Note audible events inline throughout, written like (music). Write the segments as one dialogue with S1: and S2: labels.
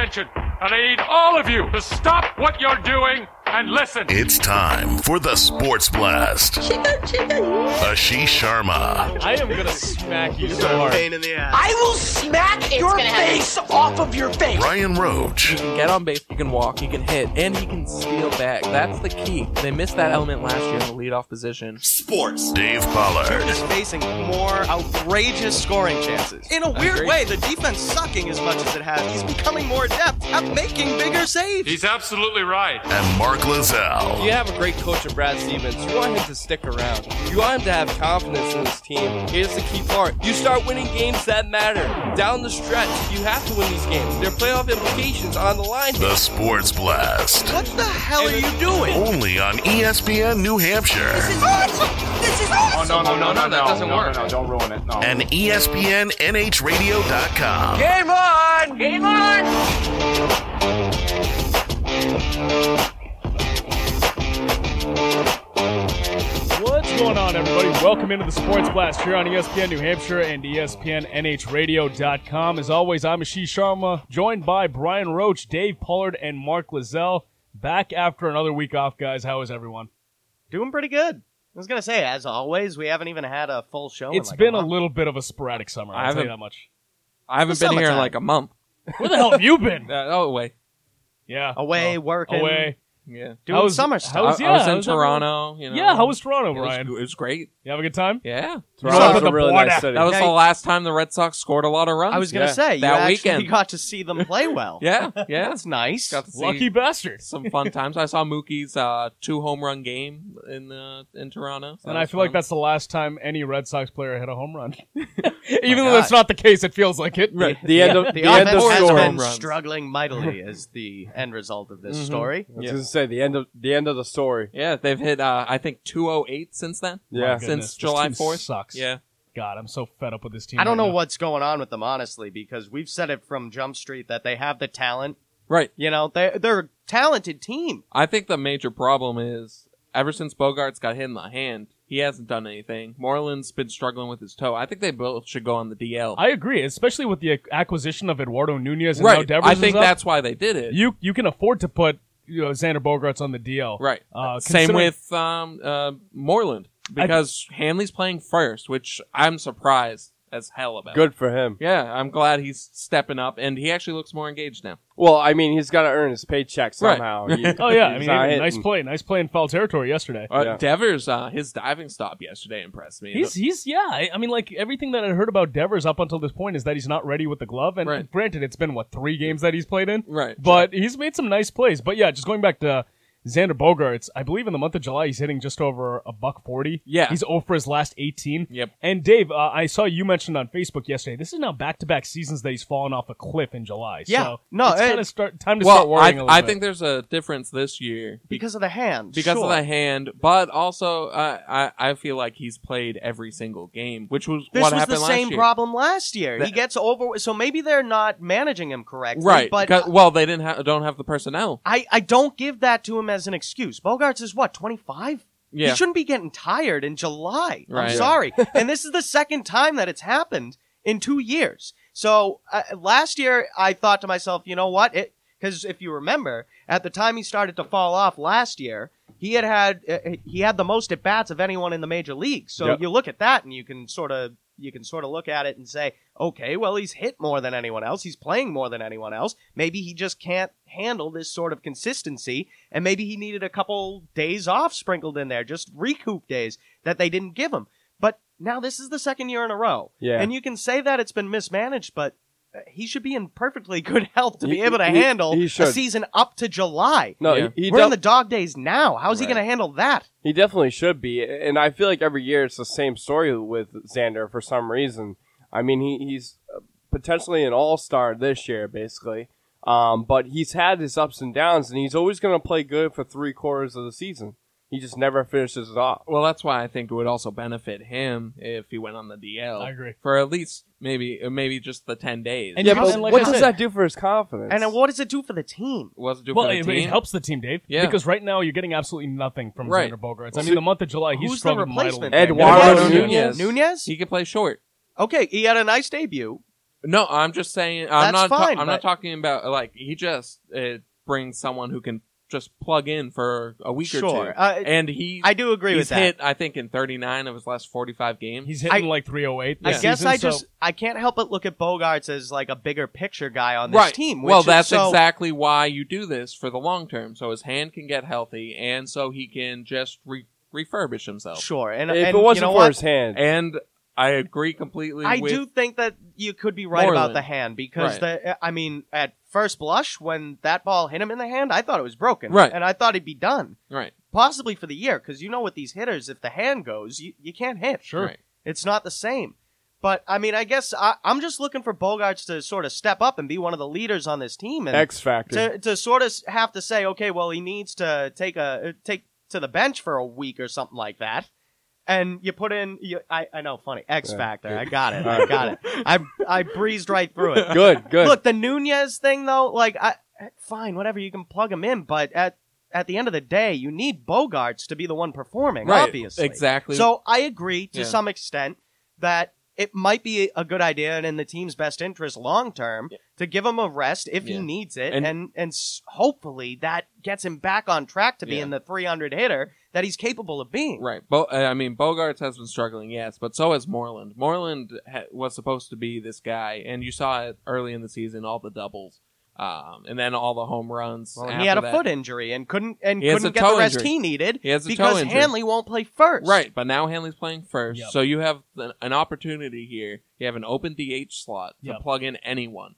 S1: attention, and I need all of you to stop what you're doing and listen.
S2: It's time for the Sports Blast. Ashish Sharma,
S3: I am gonna smack you so hard.
S4: Pain in the ass.
S5: I will smack your
S6: gonna happen.
S5: face off of your face.
S2: Ryan Roach,
S7: get on base, he can walk, he can hit, and he can steal back. That's the key. They missed that element last year in the leadoff position.
S4: Sports.
S2: Dave
S8: They're
S2: Pollard,
S8: just facing more outrageous scoring chances. In a weird way, the defense sucking as much as it has. He's becoming more adept at making bigger saves.
S1: He's absolutely right.
S2: and Mark Lazell.
S3: You have a great coach in Brad Stevens. You want him to stick around. You want him to have confidence in his team. Here's the key part. You start winning games that matter. Down the stretch, you have to win these games. Their playoff implications on the line.
S2: The Sports Blast.
S8: What the hell are you doing?
S2: Only on E ESPN New Hampshire
S9: Oh, no, no, no, no, no,
S3: that doesn't
S9: no,
S3: work.
S9: No, no, don't ruin it. No.
S2: and E ESPNNHradio.com.
S7: Game on! Game on!
S10: What's going on, everybody? Welcome into the Sports Blast here on E ESPN New Hampshire and E ESPNNHradio.com. As always, I'm Ashish Sharma, joined by Brian Roach, Dave Pollard, and Mark Lazell. Back after another week off, guys. How is everyone?
S8: Doing pretty good. I was gonna say, as always, we haven't even had a full show.
S10: It's
S8: in like
S10: been a
S8: month.
S10: little bit of a sporadic summer.
S7: I
S10: I'll tell you
S7: haven't-
S10: that much.
S7: I haven't
S8: The
S7: been here in
S8: summertime.
S7: like a month.
S10: Where the hell have you been?
S7: (laughs) Uh, oh, wait.
S10: Yeah,
S8: away
S10: Oh,
S8: working,
S10: away.
S7: Yeah.
S8: doing
S10: How was-
S8: summer
S10: how
S8: stuff.
S10: was-
S7: I,
S10: yeah,
S7: I was in
S10: how's that
S7: Toronto. You know,
S10: Yeah, how was
S7: it
S10: Toronto,
S7: was,
S10: Brian?
S7: it was great.
S10: You have a good time?
S7: Yeah.
S10: Going with
S3: Toronto's
S10: the
S3: a really
S10: board
S3: nice
S10: app.
S3: city.
S7: That was
S8: Yeah,
S7: the
S8: you-
S7: last time the Red Sox scored a lot of runs.
S8: I was gonna
S3: Yeah.
S8: say you
S7: That
S8: actually
S7: weekend.
S8: got to see them
S7: (laughs)
S8: play well. (laughs)
S7: Yeah, yeah.
S8: that's nice.
S7: Got to see
S10: Lucky bastard.
S7: some fun times. I saw Mookie's uh, two home run game in uh, in Toronto. so that
S10: And I
S7: was
S10: feel
S7: fun.
S10: like that's the last time any Red Sox player hit a home run. (laughs)
S8: Oh my
S10: Even though that's
S8: God.
S10: not the case, it feels like it.
S8: (laughs)
S3: Right. The end of
S8: The,
S3: the, end of
S8: offense has
S3: story.
S8: been
S7: Home runs.
S8: struggling
S7: (laughs)
S8: mightily, is the end result of this
S7: Mhm.
S8: story.
S3: I was gonna say the end of the end of the story.
S7: Yeah, they've hit uh, I think 208 since then.
S3: Yeah.
S10: Goodness, this
S7: since July
S10: team
S7: 4th.
S10: sucks.
S7: Yeah.
S10: God, I'm so fed up with this team.
S8: I don't
S10: right
S8: know
S10: now.
S8: what's going on with them, honestly, because we've said it from Jump Street that they have the talent.
S7: Right.
S8: You know, they they're a talented team.
S7: I think the major problem is ever since Bogarts got hit in the hand, he hasn't done anything. Moreland's been struggling with his toe. I think they both should go on the DL.
S10: I agree, especially with the ac- acquisition of Eduardo Nunez and now
S7: right.
S10: Devers
S7: I
S10: is
S7: think
S10: up.
S7: that's why they did it.
S10: you you can afford to put you know, Xander Bogarts on the DL.
S7: right.
S10: Uh,
S7: Same
S10: considering-
S7: with um, uh, Moreland because Hanley's playing first, which I'm surprised as hell about.
S3: Good for him.
S7: Yeah, I'm glad he's stepping up, and he actually looks more engaged now.
S3: Well, I mean, he's got to earn his paycheck
S7: Right.
S10: (laughs)
S3: somehow.
S8: (laughs)
S10: Oh yeah, I mean, nice
S3: play.
S10: play, nice play in foul territory yesterday.
S7: Uh,
S3: Yeah.
S7: Devers, uh, his diving stop yesterday impressed me.
S10: He's he's yeah. I, I mean, like everything that I heard about Devers up until this point is that he's not ready with the glove. And
S7: Right.
S10: granted, it's been what three games that he's played in,
S7: Right.
S10: But he's made some nice plays. But yeah, just going back to Xander Bogarts, I believe in the month of July he's hitting just over a buck forty.
S7: Yeah.
S10: he's over for his last eighteen.
S7: Yep.
S10: And Dave, uh, I saw you mentioned on Facebook yesterday. This is now back to back seasons that he's fallen off a cliff in July.
S8: Yeah.
S10: so
S8: No,
S10: it's
S8: it-
S10: kind of start time to start
S7: well, I,
S10: worrying a little
S7: I
S10: bit.
S7: think there's a difference this year
S8: Because of the hand.
S7: because
S8: sure.
S7: of the hand, but also uh, I I feel like he's played every single game, which was
S8: This
S7: what
S8: was
S7: happened
S8: the
S7: last
S8: same
S7: year.
S8: problem last year. he
S7: That-
S8: gets over so maybe they're not managing him correctly.
S7: right?
S8: But
S7: because- well, they didn't ha- don't have the personnel.
S8: I, I don't give that to him as an excuse. Bogarts is what, twenty five?
S7: Yeah,
S8: He shouldn't be getting tired in July.
S7: Right.
S8: I'm sorry. and this is the second time that it's happened in two years. So uh, last year, I thought to myself, you know what? Because if you remember, at the time he started to fall off last year, he had had uh, he had the most at bats of anyone in the major leagues. So
S3: Yep.
S8: you look at that and you can sort of you can sort of look at it and say, okay, well he's hit more than anyone else. He's playing more than anyone else. Maybe he just can't handle this sort of consistency, and maybe he needed a couple days off sprinkled in there, just recoup days that they didn't give him. But now this is the second year in a row,
S3: Yeah.
S8: and you can say that it's been mismanaged, but. uh, He should be in perfectly good (laughs) health to be
S3: He-
S8: able to
S3: he-
S8: handle
S3: he
S8: a
S3: should.
S8: season up to July.
S3: No,
S7: Yeah.
S3: he, he
S8: We're in
S3: def-
S8: the dog days now. How's
S7: Right.
S8: he going to handle that?
S3: He definitely should be, and I feel like every year it's the same story with Xander for some reason. I mean, he, he's potentially an all star this year, basically, um, but he's had his ups and downs, and he's always going to play good for three quarters of the season. He just never finishes it off.
S7: Well, that's why I think it would also benefit him if he went on the DL.
S10: I agree.
S7: for at least maybe uh, maybe just the ten days.
S10: And
S3: Yeah,
S10: you know,
S3: but
S10: and like
S3: what
S10: I
S3: does
S10: said-
S3: that do for his confidence?
S8: And then what does it do for the team?
S7: was it do
S10: Well,
S7: for the
S10: it,
S7: team?
S10: it helps the team, Dave.
S7: Yeah.
S10: Because right now you're getting absolutely nothing from
S7: Right.
S10: Xander Bogarts. I mean, the month of July he
S8: Who's the
S10: struggled
S8: replacement?
S10: mightily.
S3: Eduardo
S10: Eduardo
S3: Nunez.
S8: Nunez?
S7: He could play short.
S8: Okay, he had a nice debut.
S7: No, I'm just saying. I'm
S8: That's
S7: not. ta-
S8: fine,
S7: I'm not
S8: but-
S7: talking about like he just uh, brings someone who can just plug in for a week or
S8: Sure.
S7: two.
S8: Uh,
S7: and he,
S8: I do agree
S7: he's
S8: with that.
S7: hit. I think in 39 of his last 45 games.
S10: He's hitting
S8: I-
S10: like 308.
S8: I
S10: this
S8: guess
S10: season,
S8: I
S10: so-
S8: just I can't help but look at Bogarts as like a bigger picture guy on this team. Which
S7: well,
S8: is
S7: that's
S8: so,
S7: exactly why you do this for the long term, so his hand can get healthy, and so he can just re- refurbish himself.
S8: sure. And,
S3: if
S8: and
S3: it
S8: you
S3: wasn't
S8: know
S3: for
S8: what?
S3: his hand,
S7: And I agree completely.
S8: I
S7: with,
S8: do think that you could be right
S7: Moreland.
S8: about the hand because
S7: Right.
S8: the I mean at first blush when that ball hit him in the hand, I thought it was broken.
S7: Right.
S8: and I thought he'd be done.
S7: Right.
S8: Possibly for the year, because you know with these hitters, if the hand goes, you, you can't hit.
S10: Sure.
S7: Right.
S8: It's not the same. But I mean, I guess I, I'm just looking for Bogarts to sort of step up and be one of the leaders on this team. And
S3: X factor.
S8: to, to sort of have to say, okay, well, he needs to take a uh, take to the bench for a week or something like that. And you put in, you, I, I know, funny X
S3: Yeah.
S8: Factor. I got it. I got it. I I breezed right through it.
S3: good, good.
S8: Look, the Nunez thing though, like, I fine, whatever. You can plug him in, but at at the end of the day, you need Bogarts to be the one performing,
S7: Right.
S8: obviously.
S7: Exactly.
S8: So I agree to
S7: Yeah.
S8: some extent that it might be a good idea and in the team's best interest long term to give him a rest if
S7: Yeah.
S8: he needs it,
S7: And-
S8: and and, s hopefully that gets him back on track to
S7: Yeah.
S8: being the 300 hitter that he's capable of being.
S7: Right. Bo- uh, I mean, Bogarts has been struggling, yes, but so has Moreland. Moreland ha- was supposed to be this guy, and you saw it early in the season, all the doubles, um, and then all the home runs.
S8: Well,
S7: after
S8: he had a
S7: that.
S8: foot injury and couldn't and
S7: He has a
S8: couldn't get
S7: toe
S8: the rest
S7: injury.
S8: he needed
S7: He has a toe
S8: because
S7: injury.
S8: Hanley won't play first.
S7: Right, but now Hanley's playing first,
S10: Yep.
S7: so you have an, an opportunity here. You have an open DH slot to
S10: Yep.
S7: plug in anyone,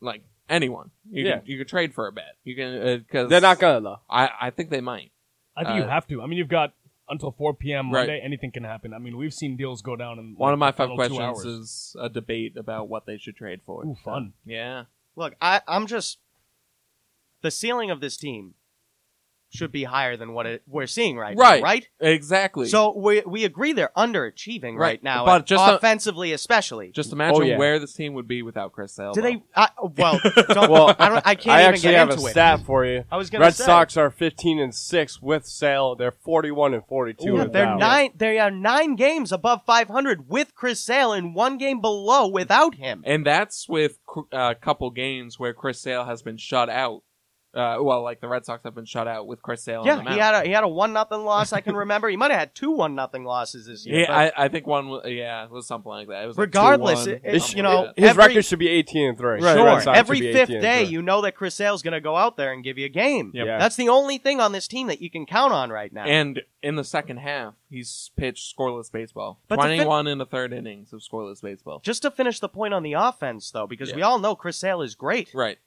S7: like anyone. You
S3: Yeah.
S7: can you can trade for a bet. You can because
S3: They're not gonna though.
S7: I I think they might.
S10: I think you
S7: Uh,
S10: have to. I mean, you've got until 4 p.m.
S7: Right.
S10: Monday. Anything can happen. I mean, we've seen deals go down in
S7: One of my
S10: like, the
S7: five
S10: final two
S7: questions
S10: hours.
S7: is a debate about what they should trade for.
S10: Ooh, fun.
S7: Yeah.
S8: Look, I, I'm just the ceiling of this team should be higher than what it, we're seeing right,
S7: Right.
S8: now, right?
S7: Exactly.
S8: So we we agree they're underachieving right,
S7: Right,
S8: now,
S7: but
S8: and
S7: just the-
S8: offensively especially.
S7: Just imagine
S3: Oh, yeah.
S7: where this team would be without Chris Sale.
S8: Do
S7: though.
S8: they? I,
S7: (laughs)
S8: well, don't,
S3: Well,
S8: I don't. I can't
S3: I
S8: even
S3: actually
S8: get
S3: have a
S8: into it.
S3: stat for you.
S8: I was gonna
S3: Red
S8: say.
S3: Sox are 15 and six with Sale. They're 41 and 42.
S8: Yeah,
S3: without.
S8: they're nine. They are nine games above 500 with Chris Sale, and one game below without him.
S7: And that's with a uh, couple games where Chris Sale has been shut out. Uh, well, like the Red Sox have been shut out with Chris Sale. on
S8: Yeah,
S7: the mound.
S8: he had a he had a one nothing loss
S7: (laughs)
S8: I can remember. He might have had two one nothing losses this year.
S7: Yeah,
S8: but
S7: I, I think one. wa- Yeah, it was something like that. It was like
S8: Regardless,
S7: 2-1,
S8: it- it-
S7: something
S8: you
S7: like
S8: know,
S7: that.
S3: His
S8: Every-
S3: record should be 18 and three. The Red
S8: sure,
S3: Sox should
S8: every
S3: be 18
S8: fifth
S3: and
S8: day
S3: three.
S8: you know that Chris Sale's going to go out there and give you a game.
S3: Yep. Yeah.
S8: That's the only thing on this team that you can count on right now.
S7: and in the second half, he's pitched scoreless baseball.
S8: But the fin-
S7: Twenty-one in the third innings of scoreless baseball.
S8: Just to finish the point on the offense, though, because
S7: Yeah.
S8: we all know Chris Sale is great.
S7: Right.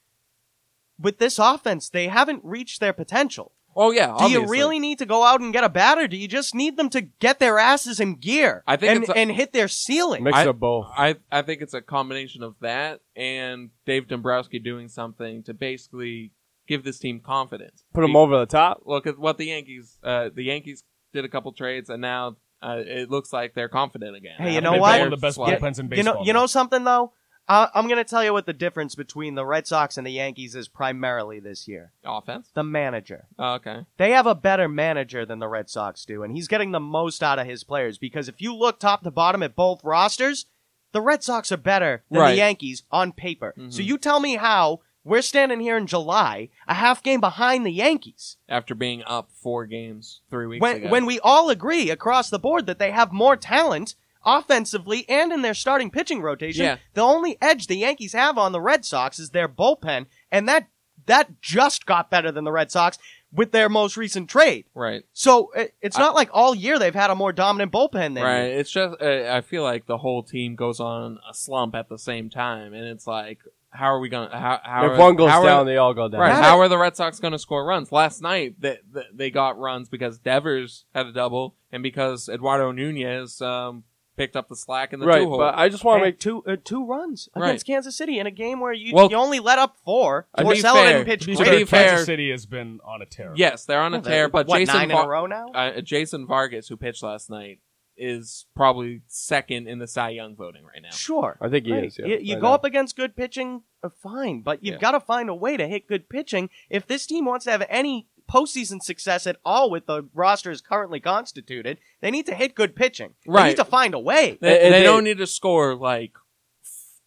S8: With this offense, they haven't reached their potential.
S7: Oh yeah.
S8: Do you
S7: obviously.
S8: really need to go out and get a batter? Do you just need them to get their asses in gear
S7: I think
S8: and,
S7: it's a-
S8: and hit their ceiling?
S3: Mix
S7: I-
S3: of both.
S7: I I think it's a combination of that and Dave Dombrowski doing something to basically give this team confidence.
S3: Put them
S7: Be-
S3: over the top.
S7: look at what the Yankees. Uh, the Yankees did a couple trades, and now uh, it looks like they're confident again.
S8: Hey, you
S7: After
S8: know
S10: They've got
S8: what?
S10: One of the best
S7: slide.
S10: bullpens in
S8: you
S10: baseball.
S8: know, you know something though. I I'm going to tell you what the difference between the Red Sox and the Yankees is primarily this year.
S7: offense.
S8: The manager.
S7: Oh, okay,
S8: they have a better manager than the Red Sox do, and he's getting the most out of his players because if you look top to bottom at both rosters, the Red Sox are better than
S7: Right. Mm-hmm.
S8: the Yankees on paper. So you tell me how we're standing here in July, a half game behind the Yankees,
S7: after being up four games three weeks
S8: when
S7: ago.
S8: when we all agree across the board that they have more talent offensively and in their starting pitching rotation.
S7: Yeah.
S8: The only edge the Yankees have on the Red Sox is their bullpen, and that that just got better than the Red Sox with their most recent trade.
S7: right,
S8: So it, it's not like all year they've had a more dominant bullpen than
S7: right.
S8: you.
S7: It's just uh, I feel like the whole team goes on a slump at the same time, and it's like, how are we gonna? How, how
S3: If
S7: are,
S3: one goes
S7: how are-
S3: down, they all go down.
S7: Right.
S8: Not
S7: How are the Red Sox going to score runs? Last night, they, they- they got runs because Devers had a double and because Eduardo Nunez um, picked up the slack in the
S3: Right,
S7: two-hole.
S3: but I just want to
S8: And
S3: make
S8: two uh, two runs
S7: Right.
S8: against Kansas City in a game where you,
S7: Well,
S8: you only let up four.
S7: to be
S8: Porcello
S7: fair-
S8: didn't pitch
S10: to be
S8: great.
S10: fair,
S7: be fair-
S10: Kansas City has been on a tear.
S7: (laughs) Yes, they're on a tear, but
S8: what,
S7: Jason
S8: nine
S7: Var-
S8: in a row now?
S7: uh, Jason Vargas, who pitched last night, is probably second in the Cy Young voting right now.
S8: Sure.
S3: I think he
S8: Right.
S3: is, yeah.
S8: you you
S3: I
S8: go
S3: know.
S8: up against good pitching, uh, fine, but you've
S7: Yeah.
S8: got to find a way to hit good pitching if this team wants to have any postseason success at all with the roster is currently constituted. They need to hit good pitching. They
S7: Right.
S8: need to find a way.
S7: They,
S3: And
S7: they
S3: they-
S7: don't need to score like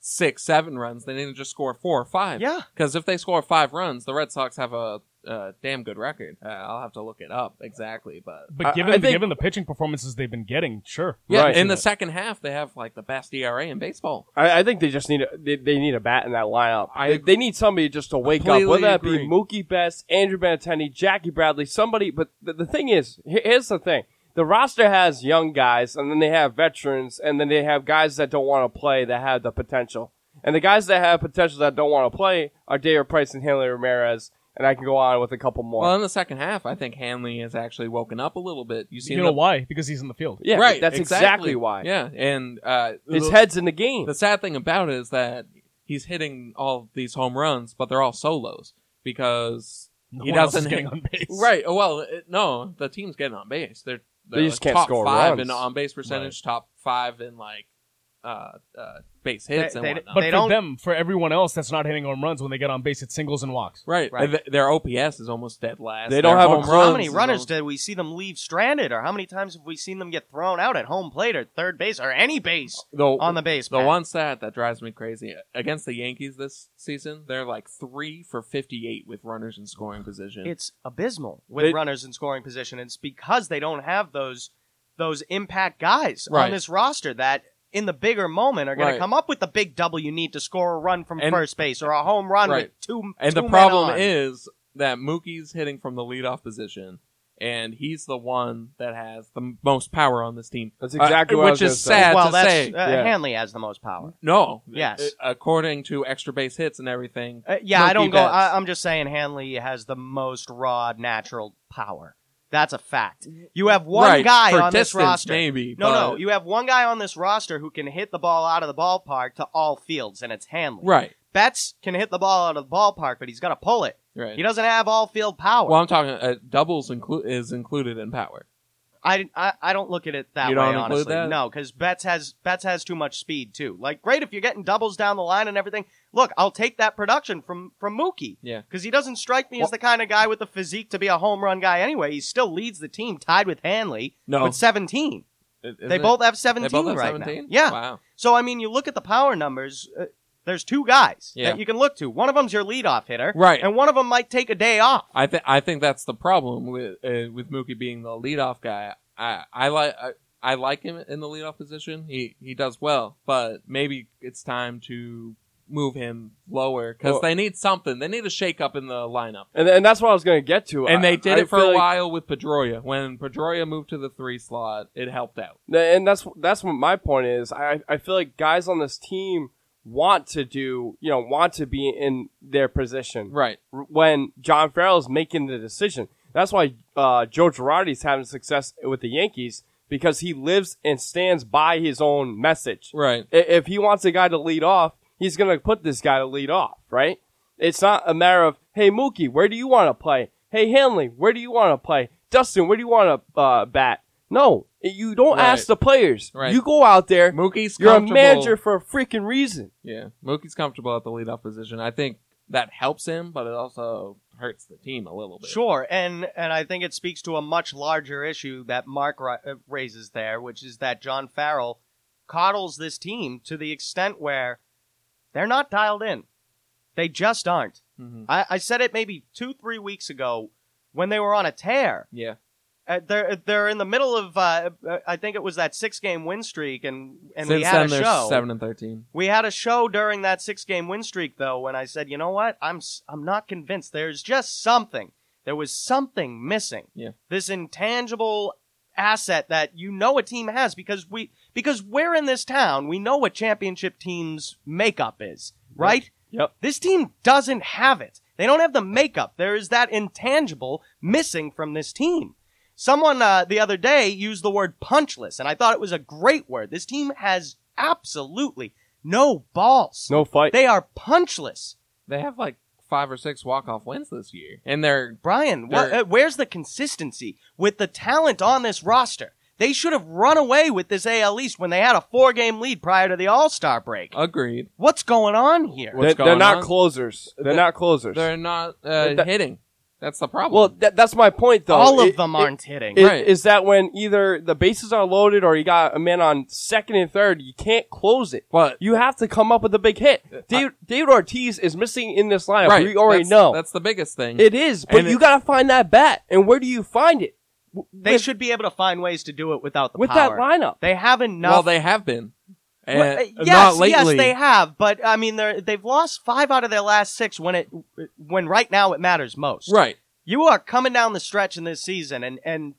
S7: six, seven runs. They need to just score four or five.
S8: Yeah.
S7: Because if they score five runs, the Red Sox have a, uh damn good record. Uh, I'll have to look it up exactly, but
S10: But
S3: I-
S10: given
S3: I think-
S10: given the pitching performances they've been getting, sure.
S7: yeah,
S3: Right.
S7: in the second half they have like the best ERA in baseball.
S3: I, I think they just need a, they, they need a bat in that lineup.
S7: I
S3: they,
S7: agree.
S3: they need somebody just to wake up,
S7: Completely
S3: whether that
S7: agree.
S3: be Mookie Betts, Andrew Benatendi, Jackie Bradley, somebody. But the, the thing is, here- here's the thing: the roster has young guys, and then they have veterans, and then they have guys that don't want to play that have the potential. And the guys that have potential that don't want to play are David Price and Hanley Ramirez, and I can go on with a couple more.
S7: Well, in the second half, I think Hanley has actually woken up a little bit. You see,
S10: You know why? Because he's in the field.
S3: yeah,
S7: right?
S3: That's exactly, why
S7: Yeah, and uh,
S3: his
S7: the-
S3: head's in the game.
S7: The sad thing about it is that he's hitting all these home runs, but they're all solos because
S10: No
S7: he
S10: one else
S7: doesn't
S10: is
S7: hit-
S10: getting on base.
S7: Right. oh, Well, it, no, the team's getting on base. They're, they're
S3: just can't
S7: top
S3: score
S7: five
S3: runs.
S7: in on base percentage, top five in like uh, uh, base hits
S8: They-
S7: and
S8: they-
S7: whatnot.
S10: But
S8: They
S10: for
S8: don't-
S10: them, for everyone else that's not hitting home runs when they get on base, it's singles and walks.
S7: right.
S8: Right.
S7: Th- Their OPS is almost dead last.
S3: They don't
S7: Their
S3: have a
S7: home
S3: clue.
S7: runs
S8: How many
S7: is
S8: runners
S7: almost-
S8: did we see them leave stranded, or how many times have we seen them get thrown out at home plate or third base or any base
S7: The-
S8: on the base?
S7: The
S8: Pat?
S7: one stat that drives me crazy against the Yankees this season, they're like three for fifty-eight with runners in scoring position.
S8: it's abysmal with
S3: They-
S8: runners in scoring position. It's because they don't have those those impact guys
S7: Right.
S8: on this roster that in the bigger moment are going
S7: Right.
S8: to come up with the big double you need to score a run from
S7: And-
S8: first base or a home run
S7: Right.
S8: with two.
S7: And the
S8: two men
S7: problem
S8: on.
S7: is that Mookie's hitting from the leadoff position, and he's the one that has the m- most power on this team.
S3: That's exactly
S7: Uh,
S3: what I
S7: which
S3: was
S7: is
S3: gonna say.
S7: sad
S8: well,
S7: to
S8: that's
S7: say.
S8: uh,
S3: Yeah.
S8: Hanley has the most power.
S7: no,
S8: Yes.
S7: Uh, according to extra base hits and everything.
S8: Uh, yeah,
S7: Mookie
S8: I don't go.
S7: bats.
S8: I, I'm just saying Hanley has the most raw natural power. That's a fact. You have one
S7: Right,
S8: guy
S7: for
S8: on this
S7: distance,
S8: roster.
S7: maybe,
S8: no, no.
S7: but-
S8: You have one guy on this roster who can hit the ball out of the ballpark to all fields, and it's Hanley.
S7: right,
S8: Betts can hit the ball out of the ballpark, but he's got to pull it.
S7: right.
S8: He doesn't have all field power.
S7: well, I'm talking uh, doubles inclu- is included in power.
S8: I, I I don't look at it that
S7: You
S8: way,
S7: don't include
S8: honestly.
S7: that?
S8: No, because Betts has Betts has too much speed too. Like, great if you're getting doubles down the line and everything. Look, I'll take that production from from Mookie.
S7: Yeah.
S8: because he doesn't strike me as the kind of guy with the physique to be a home run guy. Anyway, he still leads the team, tied with Hanley
S7: No.
S8: with 17.
S7: Is-
S8: they
S7: isn't
S8: both have
S7: it?
S8: 17
S7: They both have
S8: right
S7: 17?
S8: now. Yeah.
S7: Wow.
S8: So I mean, you look at the power numbers. Uh, there's two guys
S7: Yeah.
S8: that you can look to. One of them's your leadoff hitter,
S7: Right.
S8: And one of them might take a day off.
S7: I think I think that's the problem with uh, with Mookie being the leadoff guy. I I like I, I like him in the leadoff position. He he does well, but maybe it's time to move him lower because
S3: Well-
S7: they need something. They need a shake up in the lineup,
S3: And, and that's what I was going to get to.
S7: and
S3: I-
S7: they did
S3: I
S7: it for a
S3: feel like-
S7: while with Pedroia. When Pedroia moved to the three slot, it helped out.
S3: And that's that's what my point is. I I feel like guys on this team want to do, you know, want to be in their position.
S7: Right.
S3: R- When John Farrell's making the decision, that's why uh, Joe Girardi's having success with the Yankees because he lives and stands by his own message.
S7: Right.
S3: I- If he wants a guy to lead off, he's going to put this guy to lead off, right? It's not a matter of, hey, Mookie, where do you want to play? Hey, Hanley, where do you want to play? Dustin, where do you want to uh, bat? No, you don't
S7: Right.
S3: ask the players.
S7: Right.
S3: You go out there.
S7: Mookie's
S3: You're a
S7: comfortable-
S3: manager for a freaking reason.
S7: Yeah, Mookie's comfortable at the leadoff position. I think that helps him, but it also hurts the team a little bit.
S8: Sure, and and I think it speaks to a much larger issue that Mark ri- uh, raises there, which is that John Farrell coddles this team to the extent where they're not dialed in. They just aren't.
S7: Mhm.
S8: I, I said it maybe two, three weeks ago when they were on a tear.
S7: Yeah.
S8: Uh, they're they're in the middle of uh, uh, I think it was that six game win streak, and and
S7: Since
S8: we had
S7: then,
S8: a
S7: they're
S8: show.
S7: seven and thirteen.
S3: Mm-hmm.
S8: We had a show during that six game win streak, though, when I said, you know what? I'm s- I'm not convinced. There's just something. There was something missing.
S7: Yeah.
S8: This intangible asset that you know a team has because we because we're in this town. We know what championship teams makeup is, right?
S3: Yep.
S8: This team doesn't have it. They don't have the makeup. There is that intangible missing from this team. Someone uh, the other day used the word punchless, and I thought it was a great word. This team has absolutely no balls.
S3: No fight.
S8: They are punchless.
S7: They have like five or six walk off wins this year, and they're
S8: Brian, what,
S7: They're-
S8: uh, where's the consistency with the talent on this roster? They should have run away with this AL East when they had a four game lead prior to the All Star break.
S7: agreed.
S8: What's going on here?
S7: What's
S3: they're, they're
S7: going
S3: not
S7: on?
S3: closers. They're,
S7: They're-
S3: not closers.
S7: They're not uh,
S3: That-
S7: hitting. That's the problem.
S3: Well, that, that's my point, though.
S8: All of
S3: It-
S8: them
S3: it-
S8: aren't hitting.
S3: it-
S7: Right.
S3: Is that when either the bases are loaded or you got a man on second and third, you can't close it.
S7: But-
S3: you have to come up with a big hit. David, David Ortiz is missing in this lineup.
S7: right.
S3: We already
S7: that's,
S3: know
S7: That's the biggest thing.
S3: it is, but
S7: And
S3: you
S7: it-
S3: got to find that bat. And where do you find it? W-
S8: they
S3: with-
S8: should be able to find ways to do it without the
S3: with that
S8: power.
S3: lineup.
S8: They have enough.
S7: Well, they have been. And,
S8: Well, uh, yes,
S7: Eh, not lately.
S8: yes, they have. But I mean, they're, they've lost five out of their last six when it when right now it matters most.
S7: Right.
S8: You are coming down the stretch in this season, and and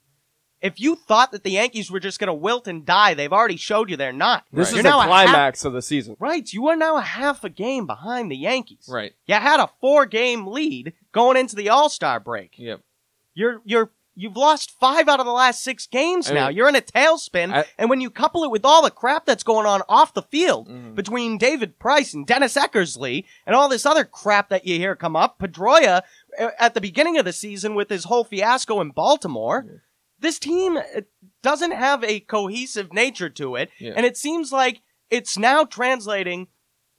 S8: if you thought that the Yankees were just going to wilt and die, they've already showed you they're not.
S3: This
S8: You're
S3: is the
S8: now a half-
S3: climax of the season.
S8: right. You are now a half a game behind the Yankees.
S7: Right.
S8: You had a four game lead going into the All Star break.
S7: Yep.
S8: You're you're you've lost five out of the last six games
S7: I
S8: now.
S7: mean-
S8: You're in a tailspin,
S7: I-
S8: and when you couple it with all the crap that's going on off the field
S7: Mm-hmm.
S8: between David Price and Dennis Eckersley and all this other crap that you hear come up, Pedroia uh, at the beginning of the season with his whole fiasco in Baltimore. This team uh, doesn't have a cohesive nature to it,
S7: Yeah.
S8: and it seems like it's now translating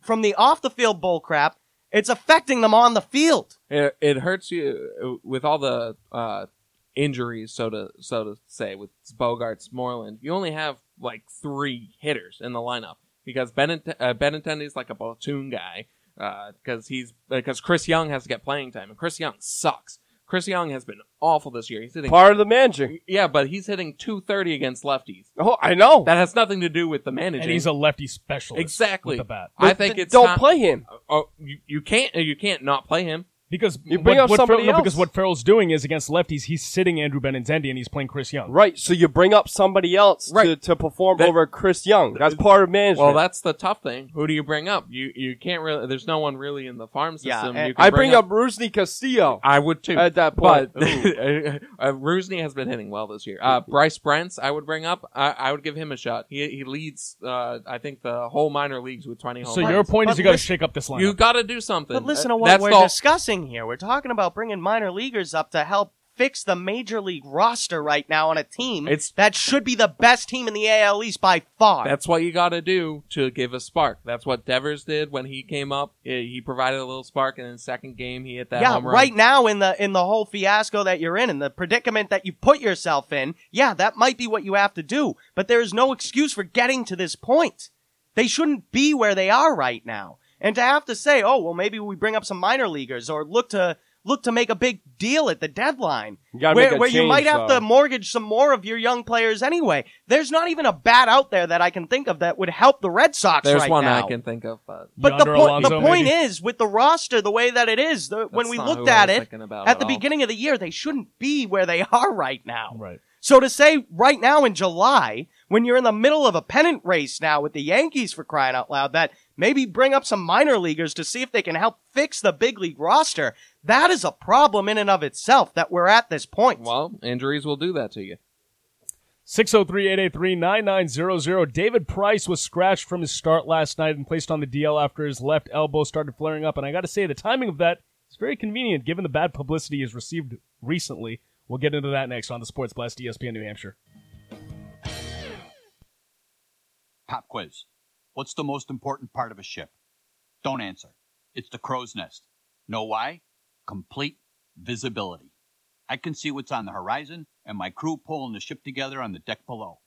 S8: from the off the field bull crap. It's affecting them on the field.
S7: It, it hurts you uh, with all the uh, injuries, so to so to say, with Bogarts, Moreland. You only have like three hitters in the lineup because Benint- uh, Benintendi's like a platoon guy because he's because Chris Young has to get playing time, and Chris Young sucks. Chris Young has been awful this year. He's hitting
S3: Part of the managing.
S7: yeah, but he's hitting two thirty against lefties.
S3: Oh, I know.
S7: That has nothing to do with the managing.
S10: And he's a lefty specialist.
S7: exactly.
S10: With the bat.
S7: I
S3: But
S7: think
S3: th-
S7: it's
S3: don't
S7: time-
S3: play him.
S10: Uh,
S7: Oh, you, you can't you can't not play him.
S10: Because
S3: You bring
S10: what,
S3: up
S10: what
S3: somebody
S10: Fer- no, because
S3: else.
S10: what Farrell's doing is against lefties, he's sitting Andrew Benintendi and he's playing Chris Young.
S3: Right, so you bring up somebody else to,
S7: Right.
S3: to perform
S7: That-
S3: over Chris Young. That's part of management.
S7: Well, that's the tough thing. Who do you bring up? You you can't really. There's no one really in the farm
S8: Yeah,
S7: system.
S8: and-
S7: you can
S3: eh, I bring up Rusney Castillo.
S7: I would too.
S3: At that point.
S7: but (laughs) uh, Rusney has been hitting well this year. Uh, Bryce Brents, I would bring up. I, I would give him a shot. He he leads. Uh, I think the whole minor leagues with 20 home
S10: So
S7: runs.
S10: your point
S8: But
S10: is you got to
S8: listen-
S10: shake up this lineup.
S7: you got to do something.
S8: But listen
S7: Uh,
S8: to what
S7: that's
S8: we're
S7: the-
S8: discussing here. We're talking about bringing minor leaguers up to help fix the major league roster right now on a team
S7: It's-
S8: that should be the best team in the AL East by far.
S7: That's what you got to do to give a spark. That's what Devers did when he came up. Uh, He provided a little spark, and in the second game, he hit that
S8: yeah,
S7: home run.
S8: right now in the in the whole fiasco that you're in and the predicament that you put yourself in, yeah, that might be what you have to do, but there is no excuse for getting to this point. They shouldn't be where they are right now. And to have to say, "Oh, well maybe we bring up some minor leaguers or look to look to make a big deal at the deadline."
S3: You gotta
S8: where
S3: make a
S8: where you
S3: change,
S8: might have
S3: though.
S8: to mortgage some more of your young players anyway. There's not even a bat out there that I can think of that would help the Red Sox
S7: There's
S8: right
S7: one
S8: now.
S7: I can think of, but
S8: But the,
S10: Yonder
S8: po-
S10: Alonso,
S8: the point
S10: maybe.
S8: is, with the roster the way that it is, the, when we
S7: not
S8: looked
S7: who I
S8: at
S7: was
S8: it
S7: thinking about
S8: at
S7: at
S8: the
S7: all.
S8: beginning of the year, they shouldn't be where they (laughs) are right now.
S10: Right.
S8: So to say right now in July, when you're in the middle of a pennant race now with the Yankees for crying out loud, that maybe bring up some minor leaguers to see if they can help fix the big league roster, that is a problem in and of itself that we're at this point.
S7: well, injuries will do that to you.
S10: 603-883-9900. David Price was scratched from his start last night and placed on the DL after his left elbow started flaring up. And I got to say, the timing of that is very convenient given the bad publicity he's received recently. We'll get into that next on the Sports Blast E ESPN New Hampshire.
S4: Pop quiz. What's the most important part of a ship? Don't answer. It's the crow's nest. Know why? Complete visibility. I can see what's on the horizon and my crew pulling the ship together on the deck below.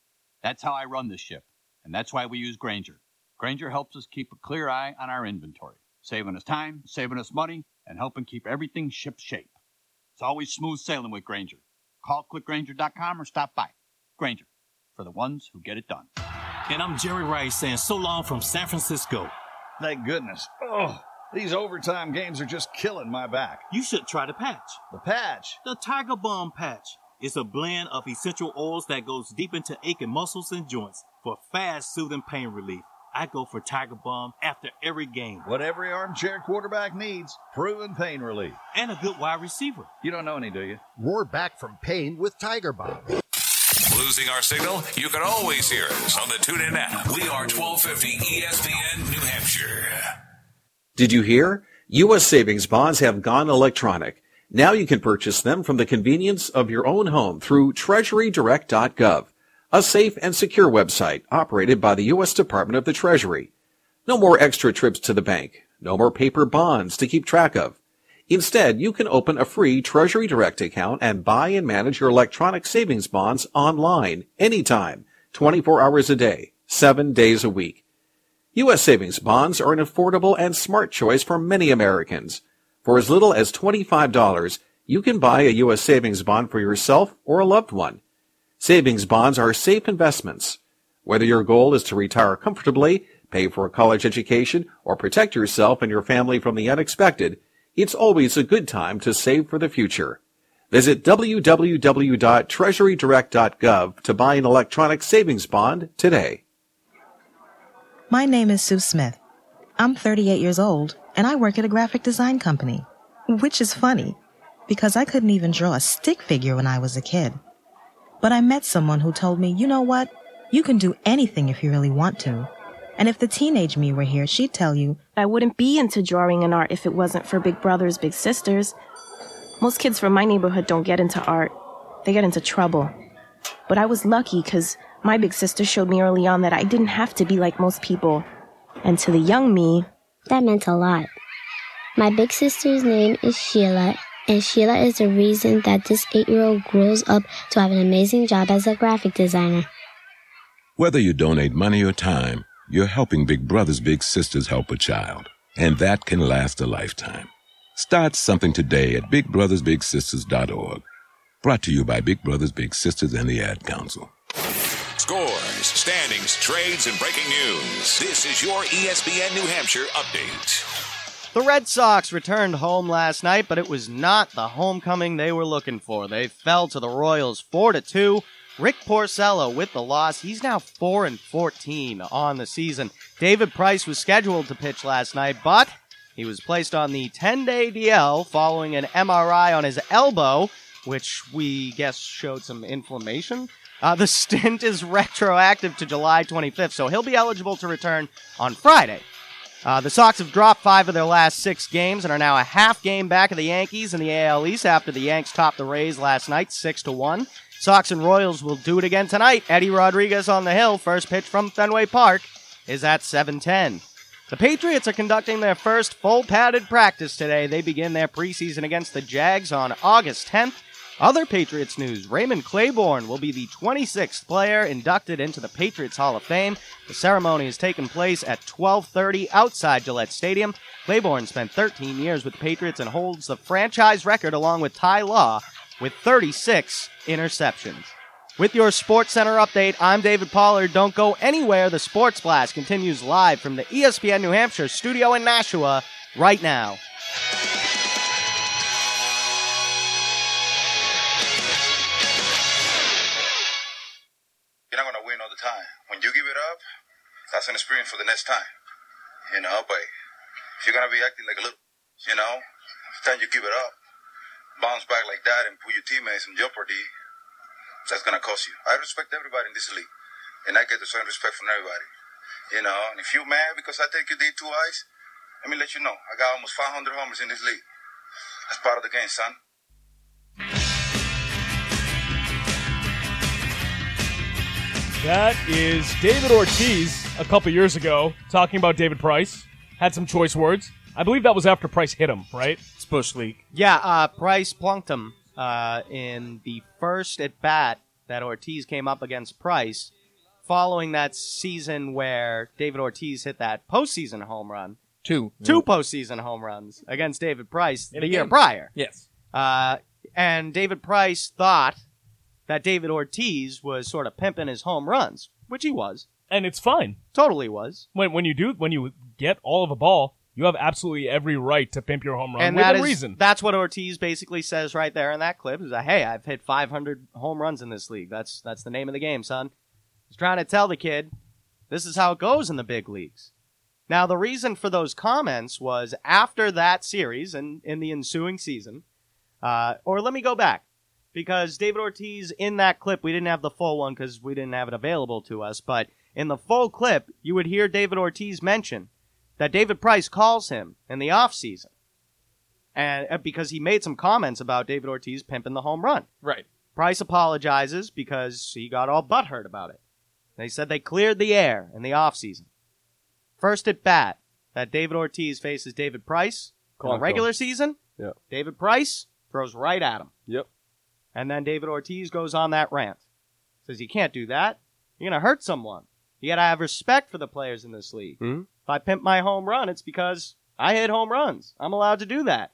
S4: That's how I run this ship, and that's why we use Granger. Granger helps us keep a clear eye on our inventory, saving us time, saving us money, and helping keep everything ship shape. It's always smooth sailing with Granger. Call clickgranger.com or stop by. Granger, for the ones who get it done.
S6: And I'm Jerry Rice saying so long from San Francisco.
S11: Thank goodness. Oh, these overtime games are just killing my back.
S6: You should try the patch.
S11: The patch.
S6: The Tiger Balm patch is a blend of essential oils that goes deep into aching muscles and joints for fast, soothing pain relief. I go for Tiger Balm after every game.
S11: What every armchair quarterback needs proven pain relief.
S6: And a good wide receiver.
S11: You don't know any, do you?
S12: Roar back from pain with Tiger Bomb.
S2: Losing our signal? You can always hear us on the TuneIn app. We are E 1250 ESPN New Hampshire.
S13: Did you hear? U.S. savings bonds have gone electronic. Now you can purchase them from the convenience of your own home through treasurydirect.gov, a safe and secure website operated by the U.S. Department of the Treasury. No more extra trips to the bank. No more paper bonds to keep track of. Instead, you can open a free Treasury Direct account and buy and manage your electronic savings bonds online anytime, 24 hours a day, 7 days a week. U.S. savings bonds are an affordable and smart choice for many Americans. For as little as $25, you can buy a U.S. savings bond for yourself or a loved one. Savings bonds are safe investments. Whether your goal is to retire comfortably, pay for a college education, or protect yourself and your family from the unexpected, it's always a good time to save for the future. Visit www.treasurydirect.gov to buy an electronic savings bond today.
S14: My name is Sue Smith. I'm 38 years old and I work at a graphic design company, which is funny because I couldn't even draw a stick figure when I was a kid. But I met someone who told me, you know what? You can do anything if you really want to. And if the teenage me were here, she'd tell you,
S15: I wouldn't be into drawing and art if it wasn't for big brothers, big sisters. Most kids from my neighborhood don't get into art, they get into trouble. But I was lucky because my big sister showed me early on that I didn't have to be like most people. And to the young me,
S16: That meant a lot. My big sister's name is Sheila, and Sheila is the reason that this eight year old grows up to have an amazing job as a graphic designer.
S17: Whether you donate money or time, you're helping Big Brothers Big Sisters help a child, and that can last a lifetime. Start something today at bigbrothersbigsisters.org. Brought to you by Big Brothers Big Sisters and the Ad Council.
S2: Scores, standings, trades, and breaking news. This is your E ESPN New Hampshire update.
S8: The Red Sox returned home last night, but it was not the homecoming they were looking for. They fell to the Royals 4 to 2. Rick Porcello with the loss. He's now 4 and 14 on the season. David Price was scheduled to pitch last night, but he was placed on the 10-day DL following an MRI on his elbow, which we guess showed some inflammation. Uh, the stint is retroactive to July 25th, so he'll be eligible to return on Friday. Uh, the Sox have dropped five of their last six games and are now a half game back of the Yankees in the AL East after the Yanks topped the Rays last night, six to one. Sox and Royals will do it again tonight. Eddie Rodriguez on the hill, first pitch from Fenway Park, is at 7:10. The Patriots are conducting their first full padded practice today. They begin their preseason against the Jags on August 10th. Other Patriots news Raymond Claiborne will be the 26th player inducted into the Patriots Hall of Fame. The ceremony is taking place at 12:30 outside Gillette Stadium. Claiborne spent 13 years with the Patriots and holds the franchise record along with Ty Law with 36 interceptions. With your Sports Center update, I'm David Pollard. Don't go anywhere. The Sports Blast continues live from the E ESPN New Hampshire studio in Nashua right now.
S18: You're not gonna win all the time. When you give it up, that's an experience for the next time. You know, but if you're gonna be acting like a little, you know, every time you give it up, bounce back like that and put your teammates in jeopardy, that's gonna cost you. I respect everybody in this league, and I get the same respect from everybody. You know, and if you're mad because I take you did two eyes, let me let you know. I got almost 500 homers in this league. That's part of the game, son.
S10: That is David Ortiz a couple years ago talking about David Price. Had some choice words. I believe that was after Price hit him, right? It's Bush League.
S8: Yeah, uh, Price plunked him uh, in the first at bat that Ortiz came up against Price, following that season where David Ortiz hit that postseason home run.
S7: Two.
S8: Two postseason home runs against David Price
S7: In
S8: the
S7: a
S8: year
S7: game.
S8: prior.
S7: Yes.
S8: Uh, and David Price thought that David Ortiz was sort of pimping his home runs, which he was.
S10: And it's fine.
S8: Totally was.
S10: When when you do when you get all of a ball, you have absolutely every right to pimp your home run
S8: and
S10: with
S8: that
S10: a
S8: is
S10: reason.
S8: that's what Ortiz basically says right there in that clip is that hey, I've hit 500 home runs in this league. That's that's the name of the game, son. He's trying to tell the kid this is how it goes in the big leagues. Now the reason for those comments was after that series and in the ensuing season, uh, or let me go back because David Ortiz in that clip we didn't have the full one because we didn't have it available to us, but in the full clip you would hear David Ortiz mention that David Price calls him in the offseason and uh, because he made some comments about David Ortiz pimping the home run.
S7: Right.
S8: Price apologizes because he got all butthurt about it. They said they cleared the air in the offseason. First at bat that David Ortiz faces David Price in
S3: Concho.
S8: the regular season,
S3: Yeah.
S8: David Price throws right at him.
S3: Yep.
S8: And then David Ortiz goes on that rant. Says, you can't do that. You're going to hurt someone. You got to have respect for the players in this league.
S3: Mhm.
S8: If I pimp my home run, it's because I hit home runs. I'm allowed to do that.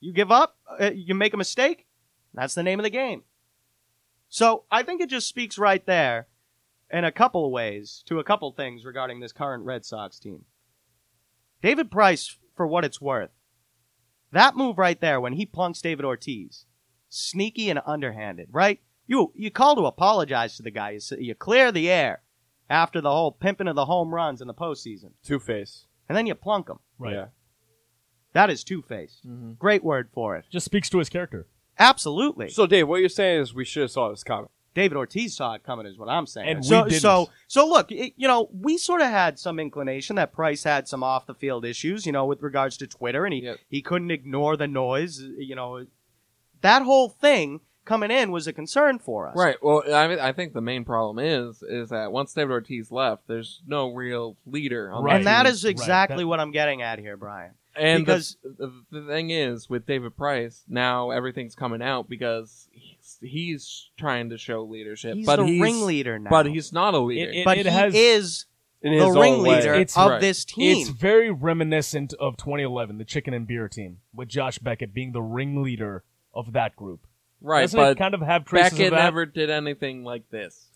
S8: You give up, uh, you make a mistake. That's the name of the game. So I think it just speaks right there in a couple of ways to a couple things regarding this current Red Sox team. David Price, for what it's worth, that move right there when he plunks David Ortiz, sneaky and underhanded, right? You you call to apologize to the guy. You, s- you clear the air after the whole pimping of the home runs in the postseason,
S3: Two face.
S8: and then you plunk him.
S10: Right. Mm-hmm.
S3: Yeah.
S8: That is two faced. Great word for it.
S10: Just speaks to his character.
S8: Absolutely.
S3: So, Dave, what you're saying is we should have saw this coming.
S8: David Ortiz saw it coming, is what I'm saying.
S3: And we
S8: so,
S3: didn't.
S8: so, so look, it, you know, we sort of had some inclination that Price had some off the field issues, you know, with regards to Twitter, and he he couldn't ignore the noise, you know, that whole thing coming in was a concern for us.
S7: Right. Well, I mean, I think the main problem is is that once David Ortiz left, there's no real leader. On
S8: and that
S7: team.
S8: is exactly what I'm getting at here, Brian.
S7: And the-
S8: because
S7: the, the thing is, with David Price, now everything's coming out because he's, he's trying to show leadership.
S8: He's
S7: but
S8: the
S7: he's,
S8: ringleader now.
S7: But he's not a leader.
S8: but he is the ringleader of this team.
S10: It's very reminiscent of 2011, the chicken and beer team, with Josh Beckett being the ringleader of that group.
S7: right.
S10: Doesn't
S7: but
S10: it kind of have traces
S7: Beckett
S10: of that?
S7: never did anything like this.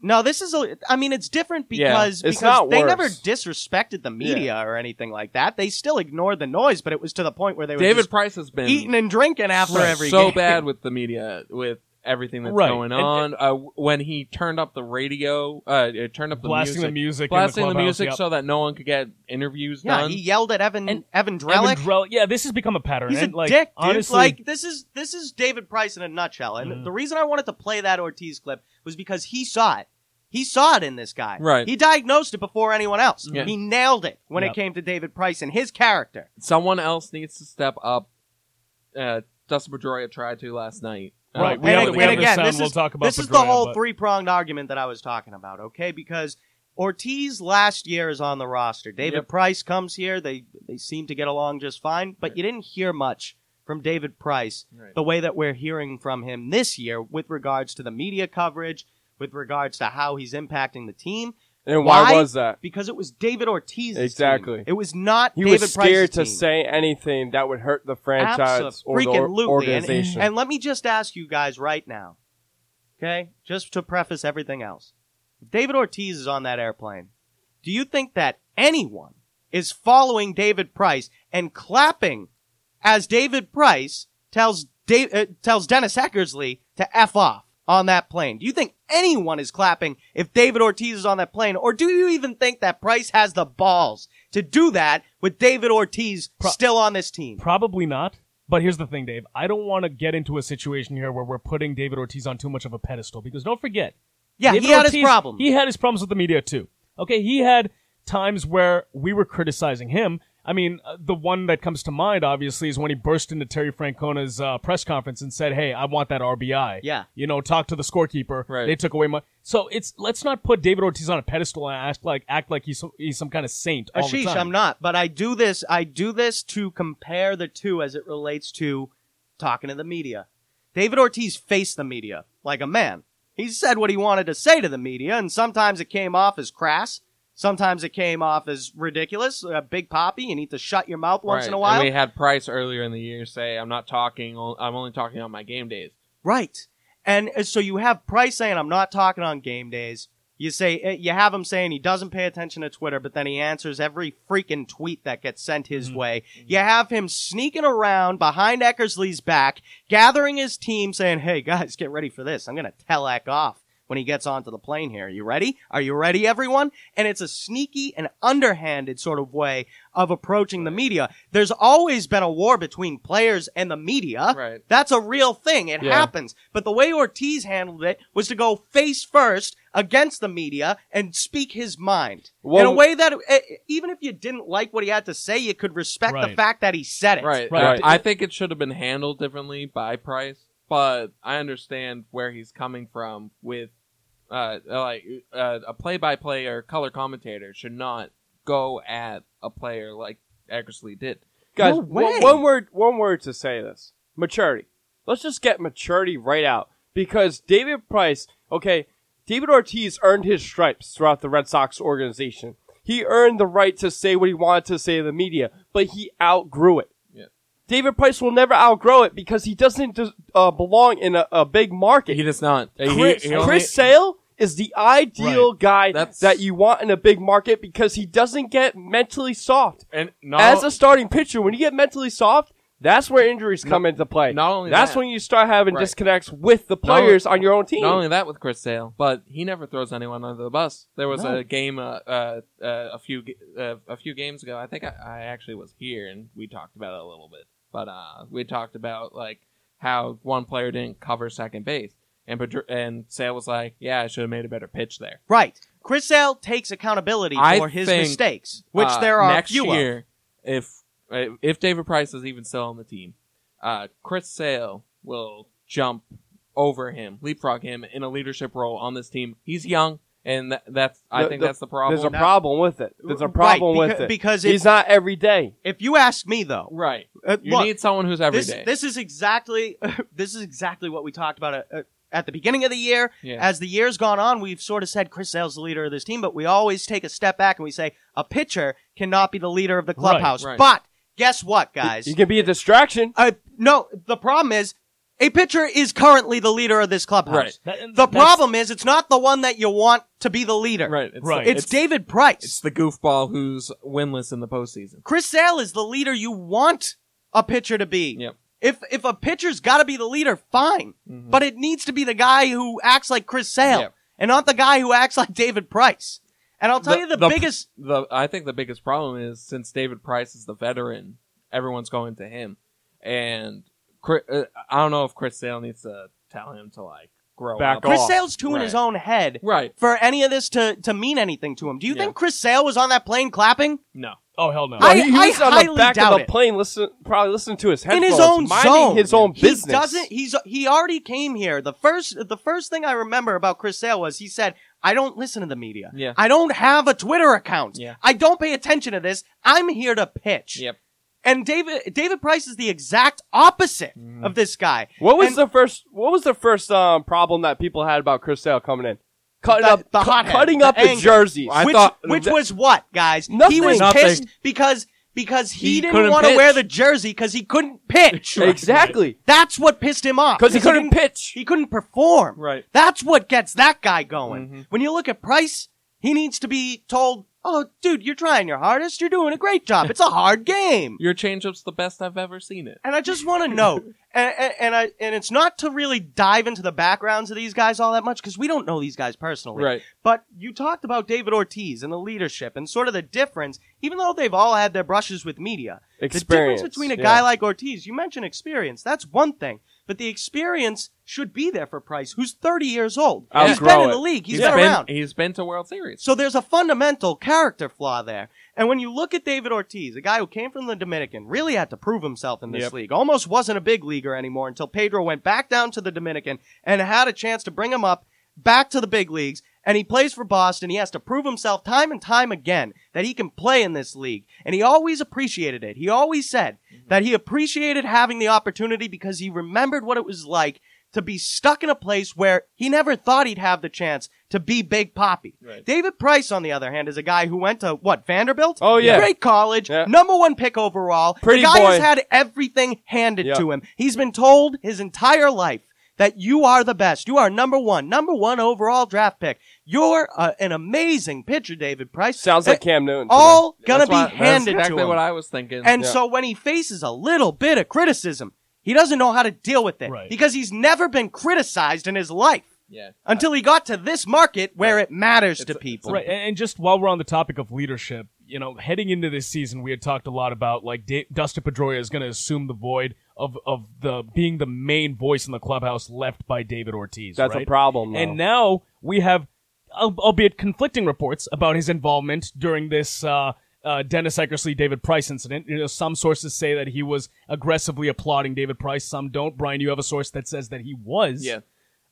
S8: No, this is a. I mean, it's different
S7: Yeah,
S8: because,
S7: it's
S8: because
S7: not
S8: they
S7: worse.
S8: never disrespected the media or anything like that. They still ignored the noise, but it was to the point where they were
S7: David
S8: just
S7: Price has been
S8: eating and drinking after
S7: so-
S8: every
S7: so
S8: game. (laughs)
S7: bad with the media with everything that's
S10: Right.
S7: going
S10: And-
S7: on. uh, when he turned up the radio, uh, it turned up the
S10: Blasting the
S7: music,
S10: music in the
S7: blasting the,
S10: clubhouse,
S7: music,
S10: yep.
S7: so that no one could get interviews
S8: Yeah,
S7: done.
S8: he yelled at Evan Evan
S10: Evan
S8: Drellick.
S10: Drell- yeah, this has become a pattern.
S8: He's a
S10: and, like,
S8: dick, dude.
S10: Honestly, Mm.
S8: like this is this is David Price in a nutshell. And the reason I wanted to play that Ortiz clip was because he saw it. He saw it in this guy.
S7: Right.
S8: He diagnosed it before anyone else.
S7: Yeah.
S8: He nailed it when
S7: Yep.
S8: it came to David Price and his character.
S7: Someone else needs to step up. Uh, Dustin Pedroia tried to last night. Uh,
S10: Right, we
S7: and
S10: have
S7: it-
S10: the- we
S7: and
S10: have the
S7: again,
S10: sound,
S7: this
S10: we'll
S7: is-
S10: talk about
S8: this is
S10: Pedroia,
S8: the whole
S10: but-
S8: three pronged argument that I was talking about, okay? Because Ortiz last year is on the roster. David
S7: Yep.
S8: Price comes here. They they seem to get along just fine, but you didn't hear much from David Price
S7: Right.
S8: the way that we're hearing from him this year with regards to the media coverage, with regards to how he's impacting the team.
S3: And why was that?
S8: Because it was David Ortiz.
S3: Exactly.
S8: It was not
S3: He
S8: David
S3: was scared
S8: Price's
S3: to say
S8: team.
S3: anything that would hurt the franchise or the or-
S8: Abso-freaking-lutely. And-
S3: organization.
S8: And, let me just ask you guys right now, okay? Just to preface everything else, if David Ortiz is on that airplane. Do you think that anyone is following David Price and clapping as David Price tells Dave, uh, tells Dennis Eckersley to f off on that plane? Do you think anyone is clapping if David Ortiz is on that plane, or do you even think that Price has the balls to do that with David Ortiz still on this team?
S10: Probably not. But here's the thing, Dave. I don't want to get into a situation here where we're putting David Ortiz on too much of a pedestal because don't forget.
S8: Yeah,
S10: David
S8: he had his
S10: Ortiz,
S8: problems.
S10: He had his problems with the media too. Okay, he had times where we were criticizing him. I mean, uh, the one that comes to mind obviously is when he burst into Terry Francona's uh, press conference and said, "Hey, I want that RBI."
S8: Yeah.
S10: you know, talk to the scorekeeper. Right. They took away my. So it's let's not put David Ortiz on a pedestal and act like act like he's some, he's some kind of saint. All the
S8: Ashish,
S10: time.
S8: I'm not, but I do this. I do this to compare the two as it relates to talking to the media. David Ortiz faced the media like a man. He said what he wanted to say to the media, and sometimes it came off as crass. Sometimes it came off as ridiculous. A big poppy, you need to shut your mouth once
S7: Right,
S8: in a while.
S7: And we had Price earlier in the year say, "I'm not talking. on- I'm only talking on my game days."
S8: Right. And uh, so you have Price saying, I'm not talking on game days. You say uh, you have him saying he doesn't pay attention to Twitter, but then he answers every freaking tweet that gets sent his way. You have him sneaking around behind Eckersley's back, gathering his team, saying, "Hey guys, get ready for this. I'm gonna tell Eck off when he gets onto the plane here. Are you ready? Are you ready, everyone?" And it's a sneaky and underhanded sort of way of approaching the media. There's always been a war between players and the media.
S7: Right.
S8: That's a real thing. It
S7: Yeah.
S8: happens. But the way Ortiz handled it was to go face first against the media and speak his mind
S7: Well-
S8: in a way that eh, even if you didn't like what he had to say, you could respect the
S7: Right.
S8: fact that he said it.
S7: Right. right. I think it should have been handled differently by Price, but I understand where he's coming from with uh, like uh, a play-by-play or color commentator should not go at a player like Eckersley did.
S3: Guys,
S8: No
S3: one-
S8: way.
S3: one word, one word to say this: maturity. Let's just get maturity right out because David Price, okay, David Ortiz earned his stripes throughout the Red Sox organization. He earned the right to say what he wanted to say to the media, but he outgrew it.
S7: Yeah.
S3: David Price will never outgrow it because he doesn't des- uh, belong in a, a big market. He
S7: does not. He-
S3: Chris,
S7: he only-
S3: Chris Sale is the ideal guy that you want in a big market because he doesn't get mentally soft.
S7: And not-
S3: as a starting pitcher, when you get mentally soft, that's where injuries come into play.
S7: Not only
S3: that's
S7: that-
S3: when you start having
S7: Right.
S3: disconnects with the
S7: Not only-
S3: players on your own team.
S7: Not only that with Chris Sale, but he never throws anyone under the bus. There was
S3: No.
S7: a game uh, uh, uh, a few ga- uh, a few games ago. I think I, I actually was here and we talked about it a little bit. But uh, we talked about like how one player didn't cover second base, and Pedro- and Sale was like, "Yeah, I should have made a better pitch there."
S8: Right. Chris Sale takes accountability
S7: I
S8: for his
S7: think,
S8: mistakes, which
S7: uh,
S8: there are
S7: next
S8: few of.
S7: year. If uh, if David Price is even still on the team, uh, Chris Sale will jump over him, leapfrog him in a leadership role on this team. He's young, and tha- that's I
S3: The-
S7: think
S3: the-
S7: that's the problem.
S3: There's a problem with it. There's a problem
S8: right,
S3: with
S8: beca-
S3: it
S8: because
S3: he's
S8: if-
S3: not every day.
S8: If you ask me, though,
S7: right?
S8: Uh,
S7: You
S8: look,
S7: need someone who's every
S8: this,
S7: day.
S8: This is exactly (laughs) this is exactly what we talked about at, uh, at the beginning of the year.
S7: Yeah.
S8: As the year's gone on, we've sort of said Chris Sale's the leader of this team, but we always take a step back and we say a pitcher cannot be the leader of the clubhouse.
S3: right.
S8: But guess what, guys?
S3: You can be a distraction.
S8: Uh, no, the problem is. A pitcher is currently the leader of this clubhouse.
S10: Right.
S8: The
S10: That's-
S8: problem is it's not the one that you want to be the leader.
S7: Right.
S8: It's,
S7: Right. it's-
S8: it's David Price.
S7: It's the goofball who's winless in the postseason.
S8: Chris Sale is the leader you want a pitcher to be. If if a pitcher's got to be the leader, fine. But it needs to be the guy who acts like Chris Sale
S7: Mm-hmm. Yep.
S8: and not the guy who acts like David Price. And I'll tell you the, biggest
S7: the I think the biggest problem is since David Price is the veteran, everyone's going to him, and Chris, uh, I don't know if Chris Sale needs to tell him to like grow up.
S8: Chris Sale's too in his
S7: Right.
S8: own head.
S7: Right.
S8: For any of this to, to mean anything to him. Do you
S7: Yeah.
S8: think Chris Sale was on that plane clapping?
S7: No.
S10: Oh hell no.
S8: I-
S3: he, he
S8: I
S3: was on the
S8: highly
S3: back
S8: doubt
S3: of the
S8: it.
S3: plane, listen, probably listening to his
S8: in
S3: headphones,
S8: his own
S3: minding
S8: zone.
S3: his own business.
S8: He doesn't. He's he already came here. The first the first thing I remember about Chris Sale was he said, "I don't listen to the media.
S7: Yeah.
S8: I don't have a Twitter account.
S7: Yeah.
S8: I don't pay attention to this. I'm here to pitch."
S7: Yep.
S8: And David David Price is the exact opposite
S3: Mm-hmm.
S8: of this guy.
S3: What was the first? What was the first um, problem that people had about Chris Sale coming in? Cutting
S8: the,
S3: up,
S8: the
S3: cu-
S8: hothead,
S3: cutting
S8: the
S3: up the
S8: anger.
S3: jerseys.
S8: which, which was what guys? He
S3: Nothing.
S8: was
S3: Nothing.
S8: pissed because because he,
S3: He
S8: didn't
S3: couldn't
S8: want to
S3: pitch.
S8: wear the jersey because he couldn't pitch.
S3: Exactly.
S8: That's what pissed him off
S3: 'Cause he couldn't
S8: didn't-
S3: pitch.
S8: He couldn't perform.
S7: Right.
S8: That's what gets that guy going.
S3: Mm-hmm.
S8: When you look at Price, he needs to be told, "Oh, dude, you're trying your hardest. You're doing a great job. It's a hard game."
S7: Your changeup's the best I've ever seen it.
S8: And I just want
S7: (laughs)
S8: to note, and, and, and I and it's not to really dive into the backgrounds of these guys all that much because we don't know these guys personally.
S7: Right.
S8: But you talked about David Ortiz and the leadership and sort of the difference, even though they've all had their brushes with media.
S3: Experience,
S8: The difference between a
S3: yeah.
S8: guy like Ortiz, you mentioned experience, that's one thing. But the experience should be there for Price, who's 30 years old. he's
S7: Outgrow
S8: been in
S7: it.
S8: the league.
S7: He's
S8: been,
S7: been-
S8: around.
S7: he's been to World Series.
S8: So there's a fundamental character flaw there. And when you look at David Ortiz, a guy who came from the Dominican, really had to prove himself in this
S7: Yep.
S8: league. Almost wasn't a big leaguer anymore until Pedro went back down to the Dominican and had a chance to bring him up back to the big leagues. And he plays for Boston. He has to prove himself time and time again that he can play in this league. And he always appreciated it. He always said that he appreciated having the opportunity because he remembered what it was like to be stuck in a place where he never thought he'd have the chance to be Big Poppy. David Price, on the other hand, is a guy who went to what Vanderbilt?
S3: Oh, yeah.
S8: great college, number one pick overall.
S3: Pretty
S8: the guy has
S3: boy.
S8: had everything handed
S3: Yeah.
S8: to him. He's been told his entire life that you are the best. You are number one, number one overall draft pick. You're uh, an amazing pitcher, David Price.
S3: Sounds like Cam Newton to
S8: All
S3: me.
S8: gonna
S3: That's
S8: be
S3: why- that's
S8: handed to
S7: exactly
S8: him.
S7: what I was thinking.
S8: And
S7: Yeah.
S8: so when he faces a little bit of criticism, he doesn't know how to deal with it because he's never been criticized in his life
S7: Yeah.
S8: until he got to this market where it matters to people.
S10: Right, and and just while we're on the topic of leadership, you know, heading into this season, we had talked a lot about like Da- Dustin Pedroia is going to assume the void of of the being the main voice in the clubhouse left by David Ortiz.
S3: That's a
S10: right?
S3: problem, though.
S10: And now we have, al- albeit conflicting reports about his involvement during this. Uh, uh, Dennis Eckersley David Price incident. You know, some sources say that he was aggressively applauding David Price. Some don't. Brian, you have a source that says that he was.
S7: Yeah.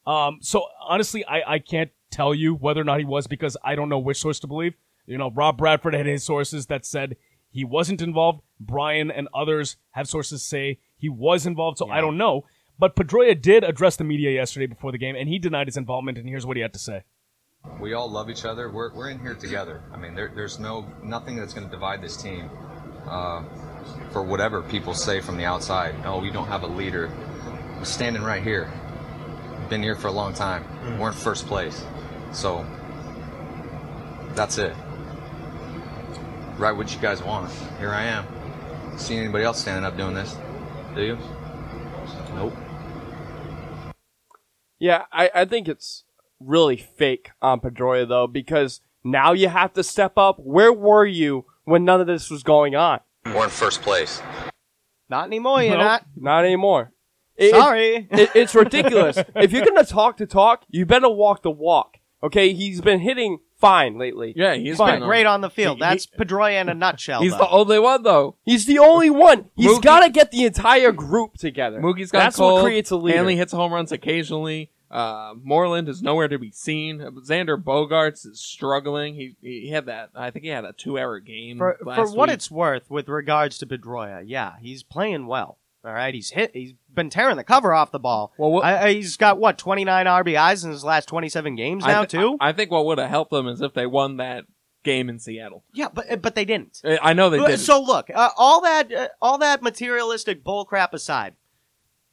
S10: Um, so honestly, I, I can't tell you whether or not he was because I don't know which source to believe. You know, Rob Bradford had his sources that said he wasn't involved. Brian and others have sources say he was involved, so I don't know. But Pedroia did address the media yesterday before the game, and he denied his involvement. And here's what he had to say.
S19: We all love each other. We're, we're in here together. I mean, there, there's no nothing that's going to divide this team. Uh, for whatever people say from the outside, oh, we don't have a leader. I'm standing right here. Been here for a long time. We're in first place. So that's it. Right what you guys want. Here I am. Seen anybody else standing up doing this? Do you? Nope.
S3: Yeah, I, I think it's really fake on Pedroia though, because now you have to step up. Where were you when none of this was going on?
S19: We're in first place.
S8: Not anymore. You're
S3: Nope,
S8: not.
S3: Not anymore.
S8: Sorry.
S3: it- it's
S8: (laughs)
S3: ridiculous. if you're gonna talk to talk, you better walk the walk. Okay, he's been hitting fine lately.
S7: Yeah, he's
S3: Fine.
S8: been great on the field. That's Pedroia in a nutshell.
S3: He's
S8: though.
S3: the
S7: only one, though.
S3: He's the only one. He's
S7: Mookie-
S3: got to get the entire group together.
S7: Mookie's got
S3: That's
S7: cold.
S3: what creates a leader.
S7: Hanley hits home runs occasionally. Uh, Moreland is nowhere to be seen. Xander Bogarts is struggling. He he had that. I think he had a two-hour game
S8: for,
S7: last
S8: for what
S7: week.
S8: it's worth with regards to Pedroia, yeah, he's playing well. All right, he's hit. He's been tearing the cover off the ball. Well, I, I- he's got what 29 RBIs in his last 27 games now
S7: I thi-
S8: too.
S7: I, I think what would have helped them is if they won that game in Seattle.
S8: yeah, but but they didn't.
S7: I I know they
S8: Uh,
S7: did.
S8: So look, uh, all that uh, all that materialistic bull crap aside,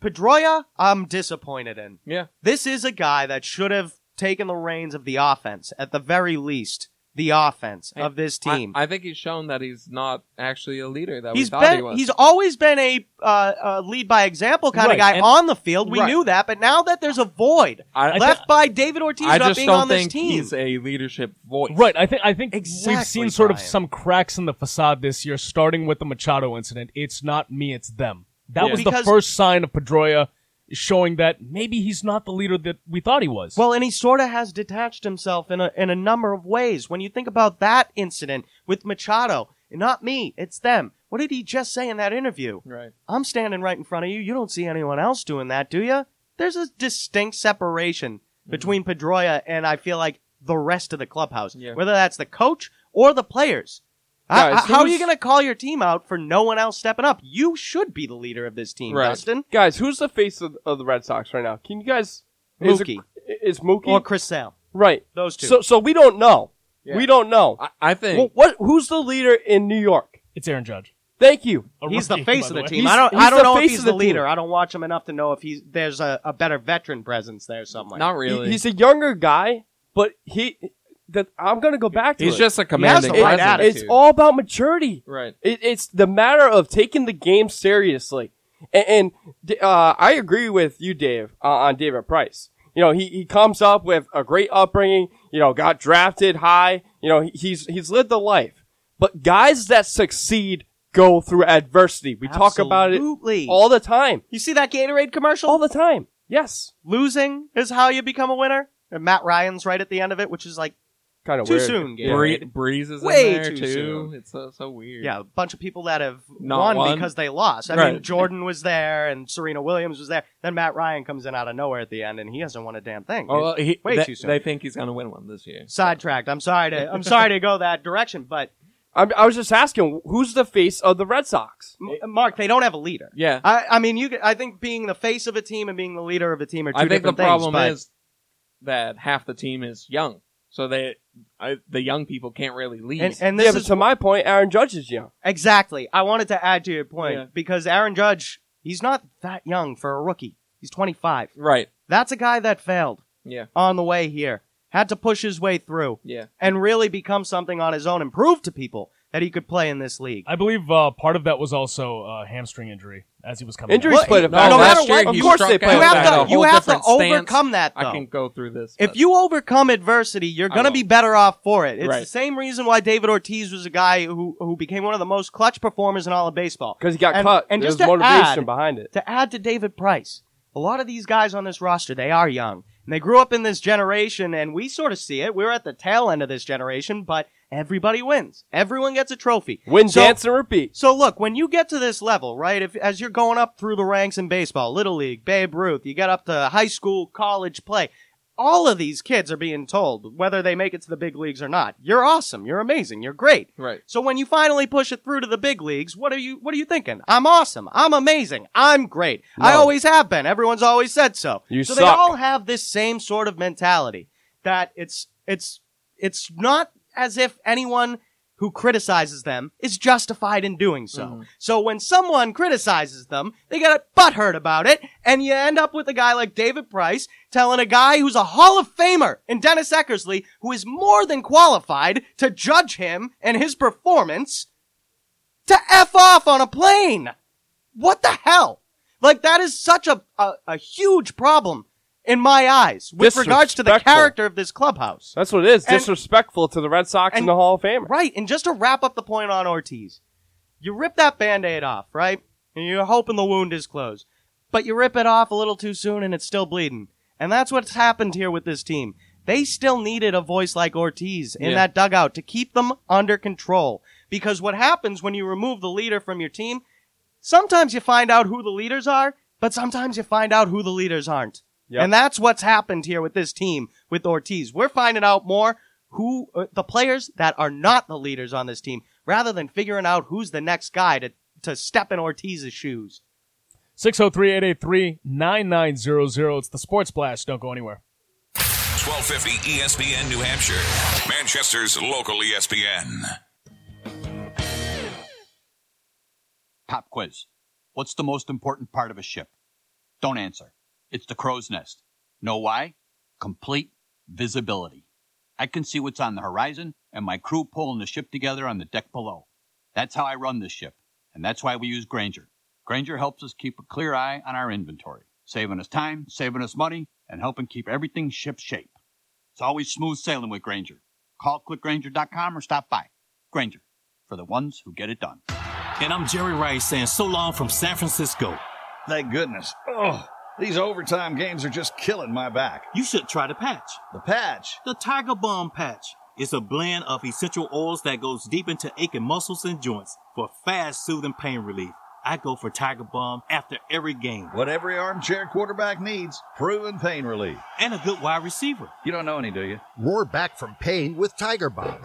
S8: Pedroia, I'm disappointed in.
S7: Yeah.
S8: This is a guy that should have taken the reins of the offense at the very least, the offense of this team.
S7: I, I think he's shown that he's not actually a leader that we
S8: He's
S7: thought
S8: been,
S7: he was.
S8: he's always been a uh, uh, lead by example kind
S7: Right,
S8: of guy
S7: and-
S8: on the field. We
S7: right.
S8: knew that, but now that there's a void
S7: I- I
S8: left by David Ortiz
S7: I
S8: not
S7: just
S8: being
S7: don't
S8: on this
S7: think
S8: team.
S7: he's a leadership voice.
S10: Right. I think I think
S8: Exactly,
S10: we've seen sort of
S8: Brian.
S10: some cracks in the facade this year, starting with the Machado incident. It's not me, it's them. That
S8: Well,
S10: was
S8: because-
S10: the first sign of Pedroia showing that maybe he's not the leader that we thought he was.
S8: Well, and he sort of has detached himself in a, in a number of ways. When you think about that incident with Machado, not me, it's them. What did he just say in that interview?
S7: Right.
S8: I'm standing right in front of you. You don't see anyone else doing that, do you? There's a distinct separation between Pedroia and I feel like the rest of the clubhouse, whether that's the coach or the players. I-
S3: Guys,
S8: I- how are you
S3: who's-
S8: going to call your team out for no one else stepping up? You should be the leader of this team, Dustin.
S3: Guys, who's the face of, of the Red Sox right now? Can you guys? Is it-
S8: Mookie.
S3: is Mookie
S8: Or Chris Sale.
S3: Right.
S8: Those two.
S3: So so we don't know.
S8: Yeah.
S3: We don't know.
S7: I, I think.
S3: what? Who's the leader in New York?
S10: It's Aaron Judge.
S3: Thank you.
S8: He's the face of the team. I don't. I don't know if he's the, leader. I don't watch him enough to know if he's there's a, a better veteran presence there somewhere.
S3: He- he's a younger guy, but he. That I'm gonna go back to.
S7: He's
S3: it.
S7: just a He has the commanding right presence.
S3: It's
S7: attitude.
S3: all about maturity.
S7: Right.
S3: It, it's the matter of taking the game seriously, and, and d- uh, I agree with you, Dave, uh, on David Price. You know, he, he comes up with a great upbringing. You know, got drafted high. You know, he, he's he's lived the life. But guys that succeed go through adversity. We talk about
S8: Absolutely.
S3: it all the time.
S8: You see that Gatorade commercial
S3: all the time? Yes.
S8: Losing is how you become a winner. And Matt Ryan's right at the end of it, which is like
S3: Kind
S8: too soon.
S7: Bree-
S8: Gatorade.
S7: Breeze is
S8: Way
S7: in there
S8: too
S7: too.
S8: soon.
S7: It's so, so weird.
S8: Yeah, a bunch of people that have
S7: Not
S8: won,
S7: won.
S8: because they lost. I mean,
S7: Right.
S8: Jordan was there and Serena Williams was there. Then Matt Ryan comes in out of nowhere at the end, and he hasn't won a damn thing.
S7: Oh, well, he,
S8: Way
S7: they,
S8: too soon.
S7: They think he's going to win one this year.
S8: Sidetracked. I'm sorry to. I'm sorry to go that direction,
S3: (laughs)
S8: but
S3: I, I was just asking, who's the face of the Red Sox?
S8: M- Mark, they don't have a leader.
S7: Yeah.
S8: I, I mean, you. could- I think being the face of a team and being the leader of a team are two
S7: I think the
S8: different things.
S7: problem
S8: but-
S7: is that half the team is young, so they I, the young people can't really lead.
S8: And- and this Yeah, but is-
S3: to my point, Aaron Judge is young.
S8: exactly. I wanted to add to your point
S7: Yeah.
S8: because Aaron Judge, he's not that young for a rookie. He's 25.
S7: Right.
S8: That's a guy that failed
S7: Yeah.
S8: on the way here, had to push his way through,
S7: Yeah.
S8: and really become something on his own and prove to people that he could play in this league.
S10: I believe uh, part of that was also a hamstring injury as he was coming.
S8: Injuries
S10: out.
S8: played a No, factor. matter what, of course they play a factor. You have to- you have to overcome that,
S7: I
S8: though.
S7: can go through this.
S8: If you overcome adversity, you're
S7: I
S8: going to be better off for it. It's
S7: Right.
S8: the same reason why David Ortiz was a guy who who became one of the most clutch performers in all of baseball.
S3: Because he got
S8: and,
S3: cut.
S8: And
S3: There's
S8: just to
S3: motivation
S8: add,
S3: behind it.
S8: To add to David Price, a lot of these guys on this roster, they are young. And they grew up in this generation, and we sort of see it. We're at the tail end of this generation, but everybody wins. Everyone gets a trophy.
S3: Win,
S8: So-
S3: dance, and repeat.
S8: so look, when you get to this level, right? If as you're going up through the ranks in baseball, little league, Babe Ruth, you get up to high school, college play. all of these kids are being told, whether they make it to the big leagues or not, you're awesome, you're amazing, you're great.
S7: Right.
S8: So when you finally push it through to the big leagues, what are you what are you thinking? I'm awesome, I'm amazing, I'm great. I
S3: No.
S8: always have been. Everyone's always said so.
S3: You
S8: so they
S3: suck.
S8: all have this same sort of mentality that it's it's it's not as if anyone who criticizes them is justified in doing so. So when someone criticizes them, they get butthurt about it, and you end up with a guy like David Price telling a guy who's a Hall of Famer and Dennis Eckersley, who is more than qualified to judge him and his performance, to F off on a plane. What the hell? Like that is such a, a, a huge problem in my eyes with regards to the
S3: Disrespectful.
S8: character of this clubhouse.
S3: That's what it is.
S8: And-
S3: disrespectful to the Red Sox and, the Hall of Famer.
S8: Right, and just to wrap up the point on Ortiz, you rip that band-aid off, right? And you're hoping the wound is closed. But you rip it off a little too soon and it's still bleeding. And that's what's happened here with this team. They still needed a voice like Ortiz in
S20: Yeah.
S8: that dugout to keep them under control. Because what happens when you remove the leader from your team, sometimes you find out who the leaders are, but sometimes you find out who the leaders aren't.
S3: Yep.
S8: And that's what's happened here with this team with Ortiz. We're finding out more who uh, the players that are not the leaders on this team rather than figuring out who's the next guy to, to step in Ortiz's shoes.
S10: 603-883-9900. It's the Sports Blast. Don't go anywhere.
S2: 1250 ESPN New Hampshire, Manchester's local E ESPN.
S4: Pop quiz. What's the most important part of a ship? Don't answer. It's the crow's nest. Know why? Complete visibility. I can see what's on the horizon and my crew pulling the ship together on the deck below. That's how I run this ship, and that's why we use Granger. Granger helps us keep a clear eye on our inventory, saving us time, saving us money, and helping keep everything ship shape. It's always smooth sailing with Granger. Call clickgranger.com or stop by. Granger, for the ones who get it done.
S6: And I'm Jerry Rice saying so long from San Francisco.
S11: Thank goodness. Oh, these overtime games are just killing my back.
S6: You should try the patch.
S11: The patch?
S6: The Tiger Balm patch. It's a blend of essential oils that goes deep into aching muscles and joints for fast, soothing pain relief. I go for Tiger Balm after every game.
S11: What every armchair quarterback needs proven pain relief.
S6: And a good wide receiver.
S11: You don't know any, do you?
S12: Roar back from pain with Tiger Bomb.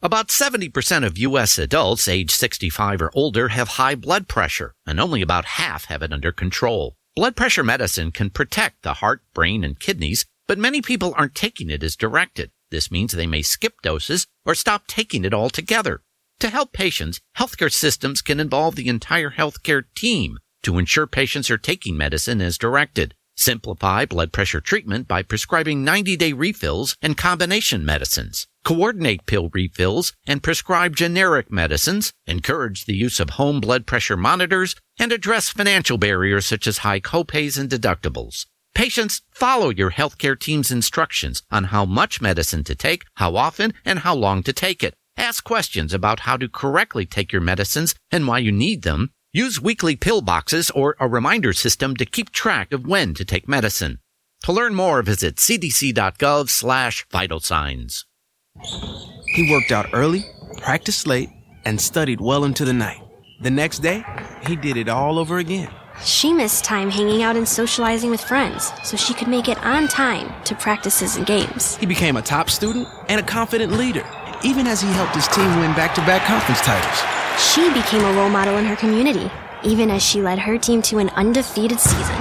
S21: About 70% of U.S. adults age 65 or older have high blood pressure, and only about half have it under control. Blood pressure medicine can protect the heart, brain, and kidneys, but many people aren't taking it as directed. This means they may skip doses or stop taking it altogether. To help patients, healthcare systems can involve the entire healthcare team to ensure patients are taking medicine as directed. Simplify blood pressure treatment by prescribing 90 day refills and combination medicines. Coordinate pill refills and prescribe generic medicines. Encourage the use of home blood pressure monitors and address financial barriers such as high copays and deductibles. Patients follow your healthcare team's instructions on how much medicine to take, how often, and how long to take it. Ask questions about how to correctly take your medicines and why you need them. Use weekly pill boxes or a reminder system to keep track of when to take medicine. To learn more, visit cdc.gov slash vital signs.
S22: He worked out early, practiced late, and studied well into the night. The next day, he did it all over again.
S16: She missed time hanging out and socializing with friends so she could make it on time to practices and games.
S22: He became a top student and a confident leader, even as he helped his team win back to back conference titles.
S16: She became a role model in her community, even as she led her team to an undefeated season.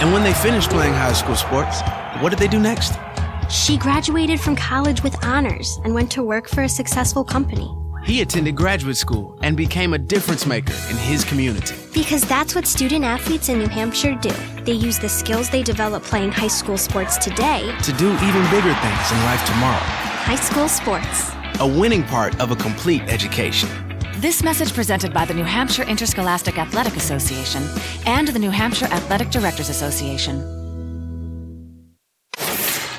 S22: And when they finished playing high school sports, what did they do next?
S16: She graduated from college with honors and went to work for a successful company
S22: He attended graduate school and became a difference maker in his community.
S16: because that's what student athletes in New Hampshire do. They use the skills they develop playing high school sports today,
S22: To do even bigger things in life tomorrow.
S16: high school sports.
S22: A winning part of a complete education.
S23: This message presented by the New Hampshire Interscholastic Athletic Association and the New Hampshire Athletic Directors Association.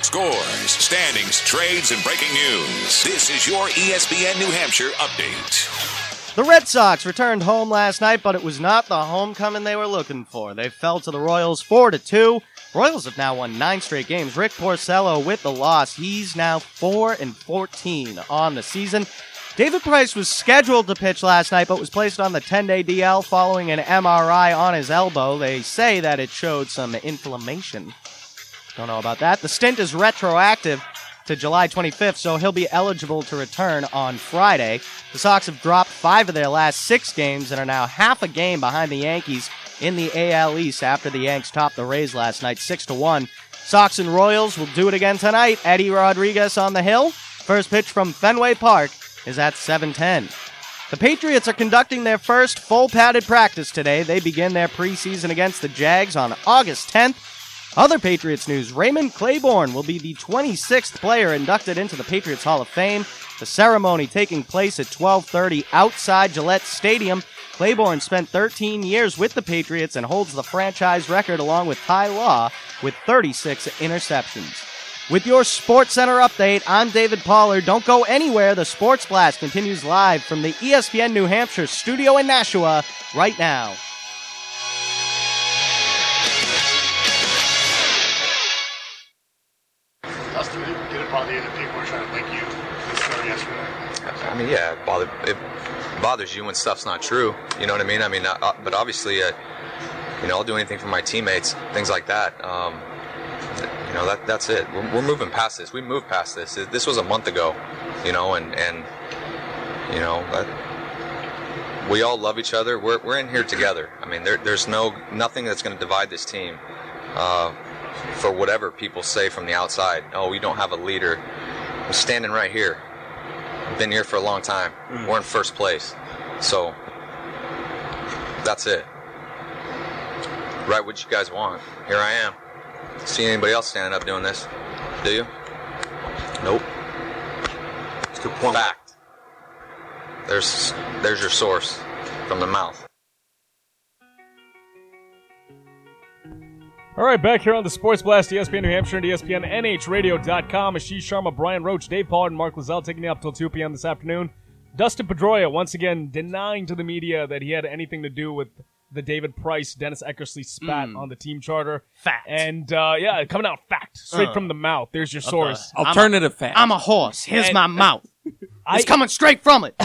S2: Scores, standings, trades, and breaking news. This is your E ESPN New Hampshire update.
S8: The Red Sox returned home last night, but it was not the homecoming they were looking for. They fell to the Royals 4 to 2. Royals have now won 9 straight games. Rick Porcello with the loss. He's now 4 and 14 on the season. David Price was scheduled to pitch last night, but was placed on the 10-day DL following an MRI on his elbow. They say that it showed some inflammation. Don't know about that. The stint is retroactive to July 25th, so he'll be eligible to return on Friday. The Sox have dropped five of their last six games and are now half a game behind the Yankees in the AL East after the Yanks topped the Rays last night 6 to 1. Sox and Royals will do it again tonight. Eddie Rodriguez on the hill. First pitch from Fenway Park is at 7:10. The Patriots are conducting their first full padded practice today. They begin their preseason against the Jags on August 10th. Other Patriots news Raymond Claiborne will be the 26th player inducted into the Patriots Hall of Fame. The ceremony taking place at 12:30 outside Gillette Stadium. Claiborne spent 13 years with the Patriots and holds the franchise record along with Ty Law with 36 interceptions. With your Sports Center update, I'm David Pollard. Don't go anywhere. The Sports Blast continues live from the E ESPN New Hampshire studio in Nashua right now.
S1: That's the, did it bother you that people were trying to link you to this story yesterday?
S19: I mean, yeah, it, bother, it bothers you when stuff's not true. You know what I mean? I mean, uh, uh, but obviously, uh, you know, I'll do anything for my teammates, things like that. Um, th- you know, that that's it. We're, we're moving past this. We moved past this. Th- This was a month ago, you know, and and you know, that- we all love each other. We're we're in here together. I mean, there, there's no nothing that's going to divide this team. Uh, for whatever people say from the outside, oh, we don't have a leader. I'm standing right here. I've been here for a long time. We're in first place. So that's it. Write what you guys want. Here I am. See anybody else standing up doing this? Do you? Nope. It's the point. Fact. There's there's your source from the mouth.
S10: All right, back here on the Sports Blast, E ESPN New Hampshire and ESPNNHradio.com. Ashish Sharma, Brian Roach, Dave Pollard, and Mark Lazell taking you up till 2 p.m. this afternoon. Dustin Pedroia once again denying to the media that he had anything to do with the David Price, Dennis Eckersley
S8: Mm.
S10: spat on the team charter. Fact. And uh, yeah, coming out fact, straight
S8: Uh.
S10: from the mouth. There's your
S8: Okay.
S10: source.
S8: I'm a- Alternative fact. I'm a horse. Here's my mouth. It's coming straight from it.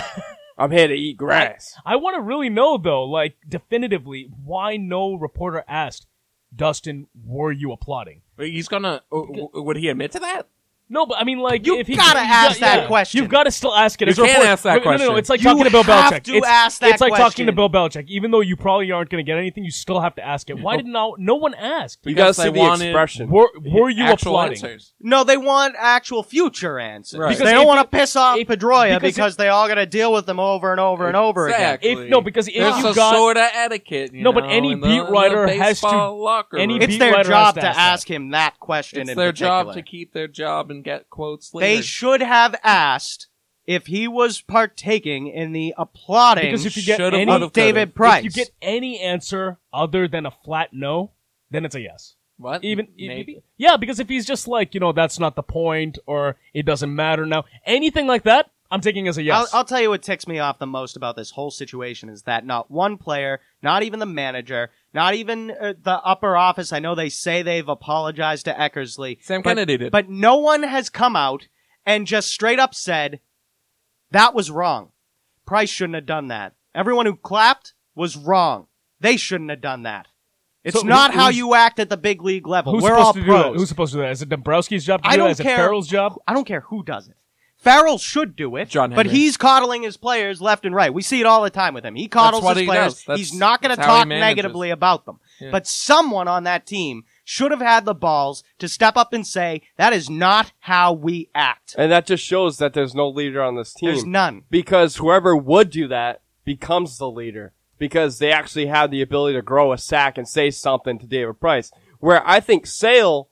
S3: I'm here to eat grass.
S10: I, want to really know though, like definitively, why no reporter asked Dustin, were you applauding?
S7: He's gonna. uh, w- would he admit to that?
S10: No, but I mean, like, you if he
S8: gotta ask that
S10: question. You've got to still ask it.
S7: You
S10: as a
S7: can't
S10: reporter.
S7: ask that
S10: No, No, no,
S7: question.
S10: it's like
S7: You
S10: talking to Bill
S7: have
S10: Belichick.
S7: to
S10: it's,
S7: ask that
S10: It's like talking
S7: question.
S10: to Bill Belichick, even though you probably aren't going to get anything. You still have to ask it. Why
S7: No.
S10: did no no one ask?
S7: You gotta Because see they the wanted expression.
S10: oh. Were, were you
S7: actual
S10: applauding?
S7: answers.
S8: No, they want actual future answers.
S10: Right.
S8: Because
S10: Because
S8: they don't
S10: if
S8: want to piss off Pedroia
S10: because
S8: because, they all got to deal with them over and over and over
S7: Exactly.
S8: again.
S10: If- no, because if
S7: There's
S10: you
S7: a
S10: got-
S7: sort of etiquette. you
S10: No, but
S7: know,
S10: any
S7: in the-
S10: beat
S7: in the
S10: writer has to-
S7: baseball locker
S10: any
S7: room.
S8: It's their job to ask him that question.
S7: It's
S8: in
S7: their job
S8: particular.
S7: to keep their job and get quotes later.
S8: They should have asked if he was partaking in the applauding
S10: Because if you get
S8: of
S10: any
S8: David
S10: if
S8: Price.
S10: you get any answer other than a flat no, then it's a yes.
S7: What?
S10: Even e-,
S7: Maybe.
S10: yeah, because if he's just like you know that's not the point or it doesn't matter now, anything like that, I'm taking as a yes.
S8: I'll, I'll tell you what ticks me off the most about this whole situation is that not one player, not even the manager, not even uh, the upper office. I know they say they've apologized to Eckersley.
S7: Sam
S8: but-
S7: Kennedy did.
S8: But no one has come out and just straight up said, that was wrong. Price shouldn't have done that. Everyone who clapped was wrong. They shouldn't have done that. It's
S10: So
S8: not
S10: who-
S8: how
S10: who's-
S8: you act at the big league level.
S10: Who's
S8: We're
S10: supposed
S8: all
S10: to do
S8: pros.
S10: that? Who's supposed to do that? Is it Dombrowski's job to
S8: I
S10: do
S8: don't
S10: that? Is
S8: care.
S10: it Farrell's job?
S8: I don't care who does it. Farrell should do it, John but
S10: Henry.
S8: he's coddling his players left and right. We see it all the time with him. He coddles
S10: That's what
S8: his
S10: he
S8: players.
S10: does. That's-
S8: he's not going to
S10: that's how he
S8: talk
S10: manages.
S8: negatively about them.
S10: Yeah.
S8: But someone on that team should have had the balls to step up and say, that is not how we act.
S3: And that just shows that there's no leader on this team.
S8: There's none.
S3: Because whoever would do that becomes the leader because they actually have the ability to grow a sack and say something to David Price. Where I think Sale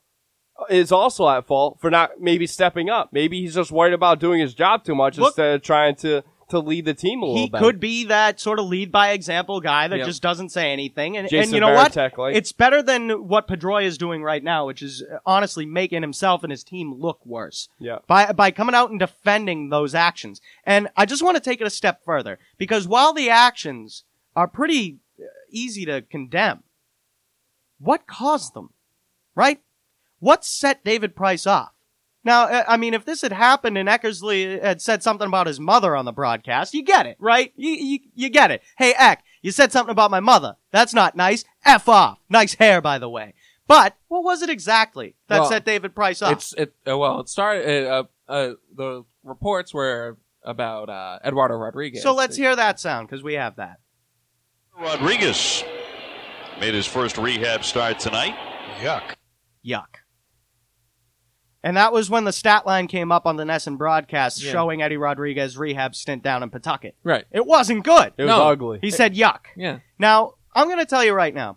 S3: is also at fault for not maybe stepping up. Maybe he's just worried about doing his job too much instead of trying to, to lead the team a little
S8: He
S3: bit.
S8: could be that sort of lead by example guy that
S3: Yeah.
S8: just doesn't say anything. And, and
S3: Jason
S8: you know what?
S3: Varitek, like-
S8: It's better than what Pedroia is doing right now, which is uh, honestly making himself and his team look worse.
S3: Yeah.
S8: by by coming out and defending those actions. And I just want to take it a step further because while the actions are pretty uh, easy to condemn, what caused them? Right? What set David Price off? Now, uh, I mean, if this had happened and Eckersley had said something about his mother on the broadcast, you get it, right? You, you, you get it. Hey, Eck, you said something about my mother. That's not nice. F off. Nice hair, by the way. But what was it exactly that
S7: Well,
S8: set David Price up?
S7: It's it. uh, Well, it started. Uh, uh, the reports were about uh, Eduardo Rodriguez.
S8: so let's hear that sound because we have that.
S5: Rodriguez made his first rehab start tonight. Yuck.
S8: Yuck. And that was when the stat line came up on the Nesson broadcast
S7: Yeah.
S8: showing Eddie Rodriguez rehab stint down in Pawtucket.
S7: Right.
S8: It wasn't good.
S3: It was No. ugly.
S8: He said yuck.
S7: Yeah.
S8: Now, I'm going to tell you right now.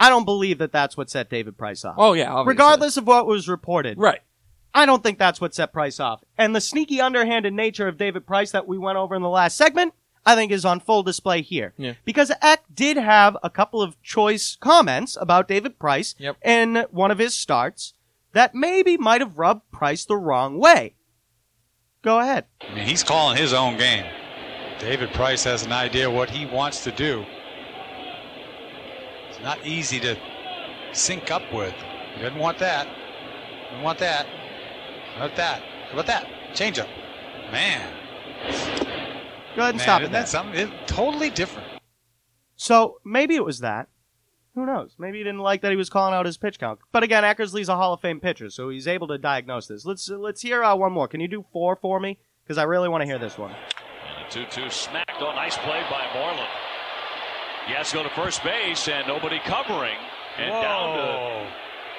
S8: I don't believe that that's what set David Price off.
S7: Oh, yeah, obviously.
S8: Regardless of what was reported.
S7: Right.
S8: I don't think that's what set Price off. And the sneaky underhanded nature of David Price that we went over in the last segment, I think is on full display here.
S7: Yeah.
S8: Because Eck did have a couple of choice comments about David Price in one of his starts that maybe might have rubbed Price the wrong way. Go ahead.
S9: I mean, he's calling his own game. David Price has an idea what he wants to do. It's not easy to sync up with. He doesn't want that. Doesn't want that. How about that? How about that? Change up. Man.
S8: Go ahead and
S9: Man,
S8: stop
S9: isn't that
S8: it. there.
S9: something? It- totally different.
S8: So maybe it was that. Who knows? Maybe he didn't like that he was calling out his pitch count. But again, Eckersley's a Hall of Fame pitcher, so he's able to diagnose this. Let's let's hear uh, one more. Can you do four for me? Because I really want to hear this one.
S5: And a 2 2 smacked on. Nice play by Moreland. He has to go to first base and nobody covering. And down to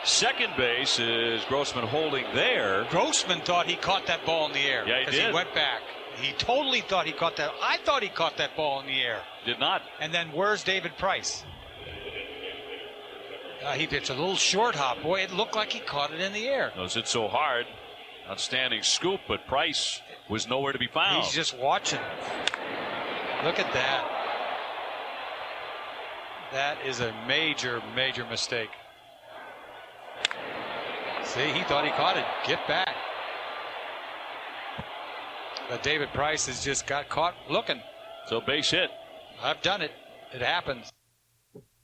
S5: second base is Grossman holding there.
S9: Grossman thought he caught that ball in the air.
S5: Yeah, he
S9: because he
S5: did.
S9: went back. He totally thought he caught that. I thought he caught that ball in the air.
S5: Did not.
S9: And then where's David Price? Uh, he pitched a little short hop. Boy, it looked like he caught it in the air.
S5: Knows it so hard. Outstanding scoop, but Price was nowhere to be found.
S9: He's just watching. Look at that. That is a major, major mistake. See, he thought he caught it. Get back. But David Price has just got caught looking.
S5: So base hit.
S9: I've done it. It happens.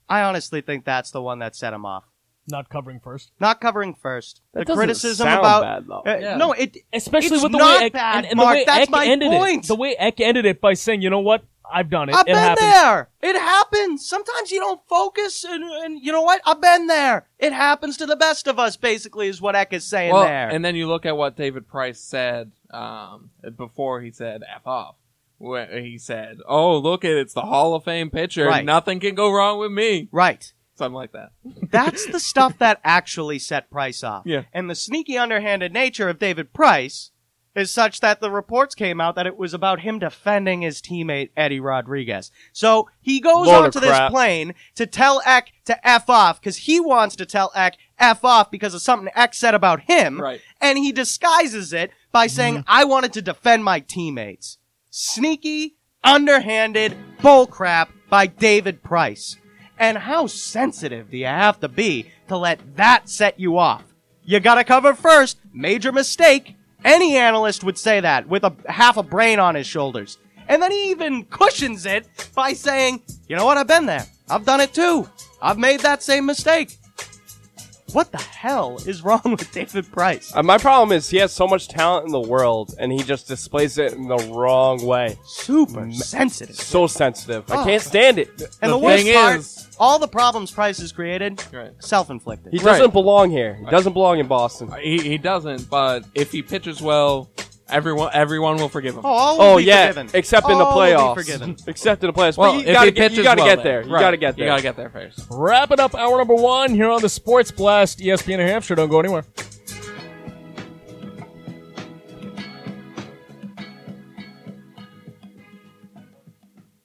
S8: I honestly think that's the one that set him off.
S10: Not covering first.
S8: Not covering first.
S10: That
S8: the
S10: doesn't
S8: criticism
S10: sound
S8: about
S10: bad, though.
S8: Uh,
S10: Yeah.
S8: no, it
S10: especially
S8: it's
S10: with the
S8: not
S10: way Eck,
S8: bad,
S10: and, and
S8: Mark.
S10: the way
S8: that's
S10: Eck
S8: my
S10: ended
S8: point.
S10: it. The way Eck ended it by saying, "You know what? I've done it.
S8: I've
S10: it
S8: been
S10: happens."
S8: there. It happens. Sometimes you don't focus, and, and you know what? I've been there. It happens to the best of us. Basically, is what Eck is saying
S7: well,
S8: there.
S7: and then you look at what David Price said um, before he said "f off." Where he said, "Oh, look at it's the Hall of Fame pitcher.
S8: Right.
S7: Nothing can go wrong with me."
S8: Right.
S7: Something like that.
S8: That's the stuff that actually set Price off.
S7: Yeah.
S8: And the sneaky, underhanded nature of David Price is such that the reports came out that it was about him defending his teammate Eddie Rodriguez. So he goes
S3: Load of
S8: onto this
S3: crap.
S8: plane to tell Eck to F off because he wants to tell Eck F off because of something Eck said about him.
S7: Right.
S8: And he disguises it by saying, I wanted to defend my teammates. Sneaky, underhanded bullcrap by David Price. And how sensitive do you have to be to let that set you off? You gotta cover first. Major mistake. Any analyst would say that with a half a brain on his shoulders. And then he even cushions it by saying, you know what? I've been there. I've done it too. I've made that same mistake. What the hell is wrong (laughs) with David Price?
S3: Uh, my problem is he has so much talent in the world, and he just displays it in the wrong way.
S8: Super sensitive.
S3: So sensitive. I
S8: Oh.
S3: can't stand it.
S8: And the, worst part, all the problems Price has created, self-inflicted.
S3: he doesn't belong here. He doesn't belong in Boston.
S7: Uh, He, he doesn't, but if he pitches well, everyone everyone will forgive him.
S8: Oh, all will
S3: Oh
S8: be
S3: yeah,
S8: forgiven.
S3: except in the
S8: All will be forgiven.
S3: playoffs. Except in the playoffs.
S7: Well,
S3: but
S7: if
S3: you gotta,
S7: he
S3: get, you
S7: pitches
S3: gotta
S7: well
S3: get
S7: then.
S3: there. You
S7: Right.
S3: gotta get
S7: You
S3: there.
S7: gotta get there first.
S3: E
S10: Wrapping up hour number one here on the Sports Blast, ESPN New Hampshire. Don't go anywhere.